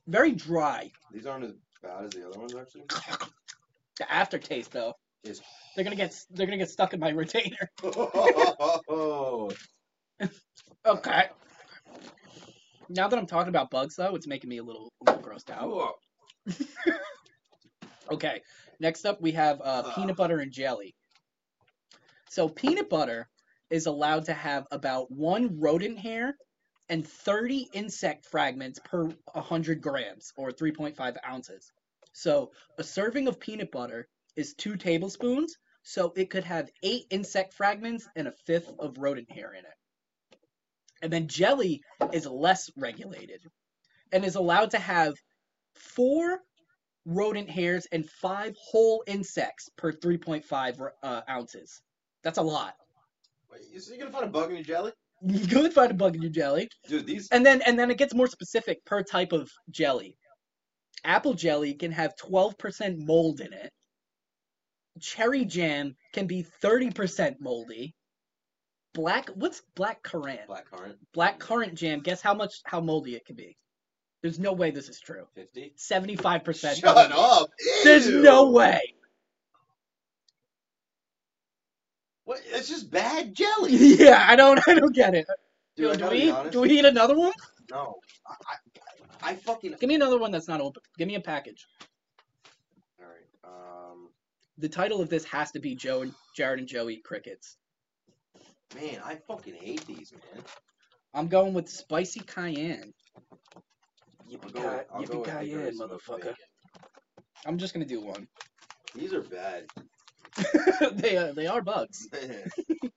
Speaker 1: Very dry.
Speaker 2: These aren't as bad as the other ones actually.
Speaker 1: The aftertaste though.
Speaker 2: Is-
Speaker 1: They're gonna get they're gonna get stuck in my retainer.
Speaker 2: Oh,
Speaker 1: Okay. Now that I'm talking about bugs though, it's making me a little, a little grossed out. Okay. Next up we have uh, peanut butter and jelly. So peanut butter is allowed to have about one rodent hair and 30 insect fragments per 100 grams or 3.5 ounces. So a serving of peanut butter is two tablespoons, so it could have eight insect fragments and a fifth of rodent hair in it. And then jelly is less regulated and is allowed to have four rodent hairs and five whole insects per 3.5 ro- uh, ounces. That's a lot.
Speaker 2: Wait, you- so you're gonna find a bug in your jelly,
Speaker 1: You could find a bug in your jelly.
Speaker 2: dude? These
Speaker 1: And then and then it gets more specific per type of jelly. Apple jelly can have 12% mold in it. Cherry jam can be 30% moldy. Black what's black currant?
Speaker 2: black currant
Speaker 1: Black currant jam, guess how much how moldy it can be? There's no way this is true.
Speaker 2: fifty.
Speaker 1: 75%.
Speaker 2: Shut
Speaker 1: moldy.
Speaker 2: up!
Speaker 1: There's
Speaker 2: Ew!
Speaker 1: no way.
Speaker 2: What? It's just bad jelly.
Speaker 1: Yeah, I don't I don't get it.
Speaker 2: Dude, I
Speaker 1: do
Speaker 2: gotta
Speaker 1: we
Speaker 2: be honest.
Speaker 1: do we eat another one?
Speaker 2: No, I, I, I fucking.
Speaker 1: Give me another one that's not open. Give me a package.
Speaker 2: All right. Um,
Speaker 1: The title of this has to be Joe and Jared and Joe eat crickets.
Speaker 2: man, I fucking hate these, man.
Speaker 1: I'm going with spicy cayenne.
Speaker 2: I'll
Speaker 1: Yippee
Speaker 2: go with- I'll
Speaker 1: ki-
Speaker 2: go
Speaker 1: yippee
Speaker 2: with
Speaker 1: cayenne,
Speaker 2: Edgar's smoked
Speaker 1: motherfucker.
Speaker 2: bacon.
Speaker 1: I'm just gonna do one.
Speaker 2: These are bad.
Speaker 1: they are, they are bugs.
Speaker 2: Wow, that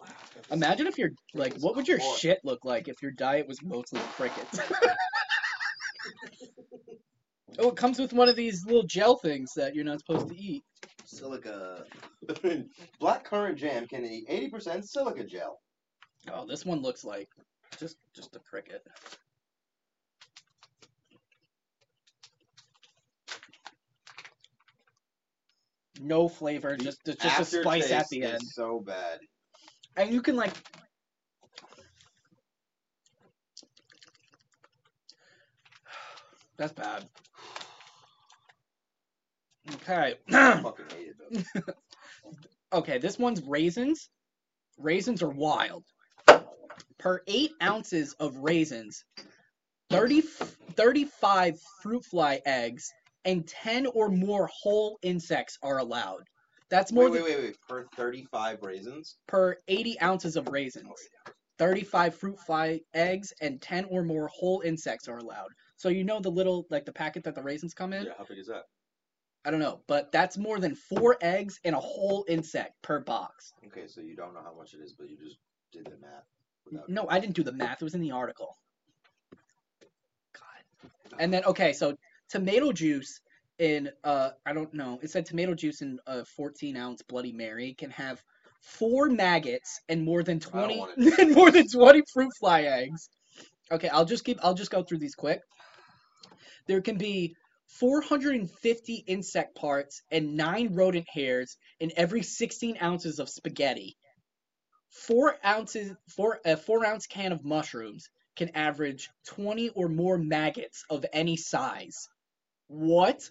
Speaker 2: was-
Speaker 1: Imagine if you're like,
Speaker 2: Crickets
Speaker 1: what would your
Speaker 2: hard.
Speaker 1: shit look like if your diet was mostly crickets? oh, it comes with one of these little gel things that you're not supposed to eat.
Speaker 2: silica. Black currant jam can be 80% silica gel.
Speaker 1: Oh, this one looks like just just a cricket. No flavor,
Speaker 2: The
Speaker 1: just just just a spice at
Speaker 2: aftertaste
Speaker 1: the
Speaker 2: is
Speaker 1: end.
Speaker 2: So bad.
Speaker 1: And you can like That's bad. Okay.
Speaker 2: I fucking hate it though.
Speaker 1: Okay, this one's raisins. Raisins are wild. Per eight ounces of raisins, 30, 35 fruit fly eggs and 10 or more whole insects are allowed. That's more
Speaker 2: wait,
Speaker 1: than
Speaker 2: wait, wait, wait. Per 35 raisins?
Speaker 1: per 80 ounces of raisins. 35 fruit fly eggs and 10 or more whole insects are allowed. So you know the little like the packet that the raisins come in?
Speaker 2: how big is that?
Speaker 1: I don't know, but that's more than 4 eggs and a whole insect per box.
Speaker 2: Okay, so you don't know how much it is, but you just did the math. Without
Speaker 1: No, I didn't do the math. It was in the article. God. And then okay, so tomato juice in uh I don't know. It said tomato juice in a 14 ounce Bloody Mary can have four maggots and more than
Speaker 2: don't
Speaker 1: 20
Speaker 2: want it.
Speaker 1: and more than 20 fruit fly eggs. Okay, I'll just keep I'll just go through these quick. There can be 450 insect parts and 9 rodent hairs in every 16 ounces of spaghetti, four ounces, four a four ounce can of mushrooms, can average 20 or more maggots of any size. What?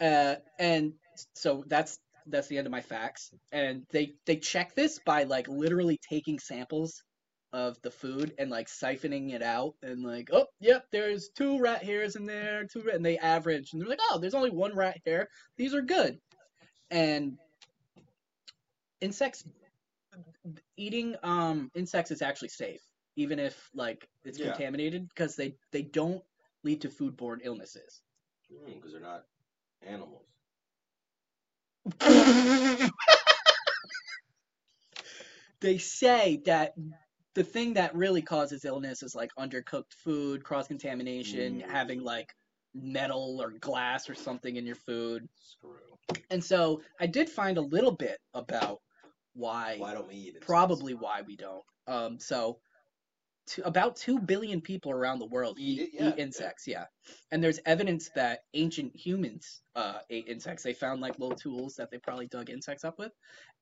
Speaker 1: Uh, and so that's that's the end of my facts. And they they check this by like literally taking samples of the food and like siphoning it out and like oh yep there's two rat hairs in there two rat, and they average and they're like oh there's only one rat hair these are good and insects eating um insects is actually safe even if like it's
Speaker 2: Yeah.
Speaker 1: contaminated because they they don't lead to foodborne illnesses
Speaker 2: Because Hmm, they're not animals.
Speaker 1: they say that the thing that really causes illness is like undercooked food, cross contamination,
Speaker 2: Mm.
Speaker 1: having like metal or glass or something in your food.
Speaker 2: Screw.
Speaker 1: And so I did find a little bit about why
Speaker 2: Why don't we eat it?
Speaker 1: probably why we don't. Um so to, about 2 billion people around the world eat,
Speaker 2: Eat it, yeah,
Speaker 1: eat
Speaker 2: yeah.
Speaker 1: insects, yeah. And there's evidence that ancient humans uh, ate insects. They found like little tools that they probably dug insects up with.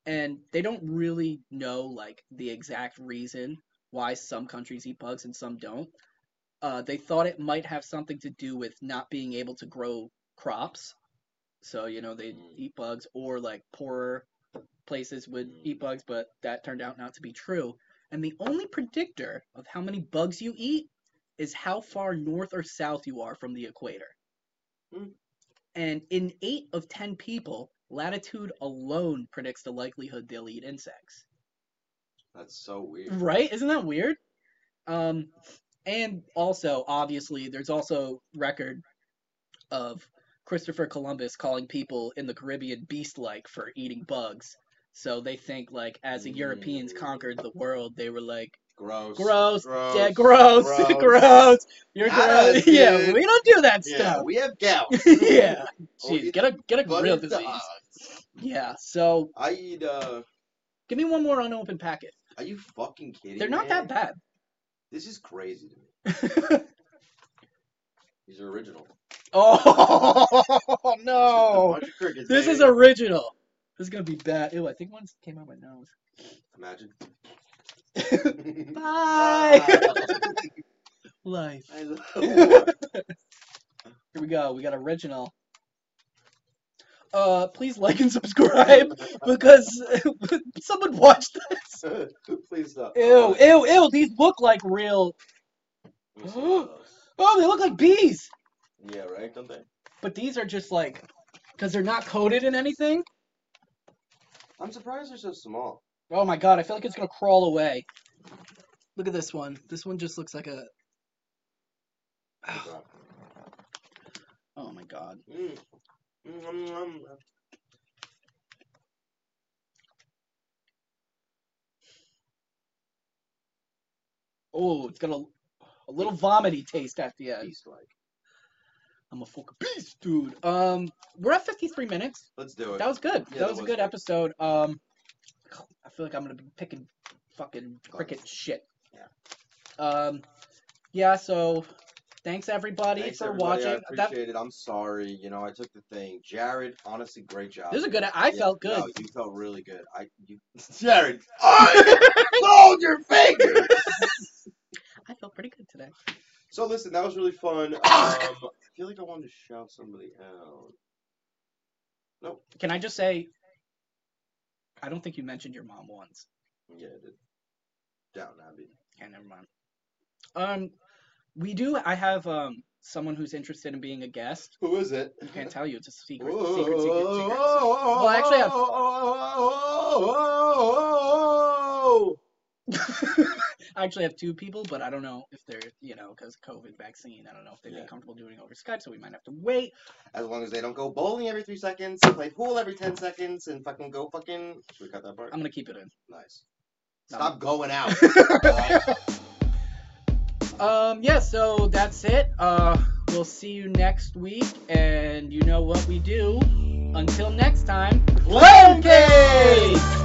Speaker 1: And they don't really know like the exact reason why some countries eat bugs and some don't. Uh, they thought it might have something to do with not being able to grow crops. So, you know, they
Speaker 2: Mm.
Speaker 1: eat bugs or like poorer places would
Speaker 2: Mm.
Speaker 1: eat bugs, but that turned out not to be true. And the only predictor of how many bugs you eat is how far north or south you are from the equator.
Speaker 2: Hmm.
Speaker 1: And in eight of 10 people, latitude alone predicts the likelihood they'll eat insects.
Speaker 2: That's so weird.
Speaker 1: Right? Isn't that weird? Um, and also, obviously, there's also record of Christopher Columbus calling people in the Caribbean beast-like for eating bugs. So they think like as the Europeans
Speaker 2: Mm.
Speaker 1: conquered the world, they were like,
Speaker 2: Gross.
Speaker 1: gross,
Speaker 2: Gross.
Speaker 1: yeah, gross, gross,
Speaker 2: gross.
Speaker 1: you're
Speaker 2: Not
Speaker 1: gross.
Speaker 2: us,
Speaker 1: yeah,
Speaker 2: dude.
Speaker 1: we don't do that
Speaker 2: Yeah,
Speaker 1: stuff.
Speaker 2: we have gouts.
Speaker 1: yeah,
Speaker 2: Oh,
Speaker 1: jeez,
Speaker 2: it's
Speaker 1: get a get a
Speaker 2: But
Speaker 1: real
Speaker 2: it's uh,
Speaker 1: disease.
Speaker 2: us.
Speaker 1: Yeah, so
Speaker 2: I eat. Uh,
Speaker 1: give me one more unopened packet.
Speaker 2: are you fucking kidding?
Speaker 1: They're not that
Speaker 2: man?
Speaker 1: bad.
Speaker 2: This is crazy to me. These are original.
Speaker 1: oh no.
Speaker 2: Bunch of crickets,
Speaker 1: This is
Speaker 2: baby.
Speaker 1: original. This is gonna be bad. Ew, I think one came out my nose.
Speaker 2: Imagine.
Speaker 1: Bye. Life.
Speaker 2: I love-
Speaker 1: Here we go. We got original. Uh, please like and subscribe because someone watched this.
Speaker 2: Please stop.
Speaker 1: Ew, ew, ew. These look like real.
Speaker 2: Let me see those.
Speaker 1: Oh, they look like bees.
Speaker 2: Yeah, right? Don't they?
Speaker 1: But these are just like, because they're not coated in anything.
Speaker 2: I'm surprised they're so small.
Speaker 1: Oh my god, I feel like it's gonna crawl away. Look at this one. This one just looks like a.
Speaker 2: Mm,
Speaker 1: Oh my god.
Speaker 2: mm, mm, mm.
Speaker 1: Oh, it's got a, a little vomity taste at the end.
Speaker 2: Beast like.
Speaker 1: I'm a fucking beast, dude. Um, we're at 53 minutes.
Speaker 2: Let's do it.
Speaker 1: That was good. that
Speaker 2: Yeah, that
Speaker 1: was a
Speaker 2: was
Speaker 1: good
Speaker 2: good.
Speaker 1: episode. Um, I feel like I'm gonna be picking fucking cricket shit.
Speaker 2: Yeah.
Speaker 1: Um, yeah. So, thanks everybody
Speaker 2: Thanks,
Speaker 1: for
Speaker 2: everybody.
Speaker 1: watching.
Speaker 2: I
Speaker 1: That
Speaker 2: appreciate it. I'm sorry. You know, I took the thing. Jared, honestly, great job.
Speaker 1: this is a good. I
Speaker 2: Yeah,
Speaker 1: felt
Speaker 2: No,
Speaker 1: good.
Speaker 2: you felt really good. I, you, Jared, I sold your finger.
Speaker 1: I felt pretty good today.
Speaker 2: So listen, that was really fun. Um, I feel like I wanted to shout somebody out.
Speaker 1: Can I just say? I don't think you mentioned your mom once.
Speaker 2: Yeah, I did. Downton Abbey.
Speaker 1: Okay, never mind. Um, we do. I have um someone who's interested in being a guest.
Speaker 2: Who is it?
Speaker 1: I can't tell you. It's a secret.
Speaker 2: Whoa,
Speaker 1: Secret. Secret. Secret. secret.
Speaker 2: Well,
Speaker 1: actually, I've- I actually have two people, but I don't know if they're, you know, because COVID vaccine, I don't know if they'd
Speaker 2: Yeah.
Speaker 1: be comfortable doing it over Skype, so we might have to wait.
Speaker 2: As long as they don't go bowling every three seconds, play pool every ten seconds, and fucking go fucking. Should we cut that part?
Speaker 1: I'm gonna keep it in.
Speaker 2: Nice.
Speaker 1: No.
Speaker 2: Stop going out.
Speaker 1: Um, yeah, so that's it. Uh, we'll see you next week, and you know what we do. Until next time,
Speaker 2: Clown cake!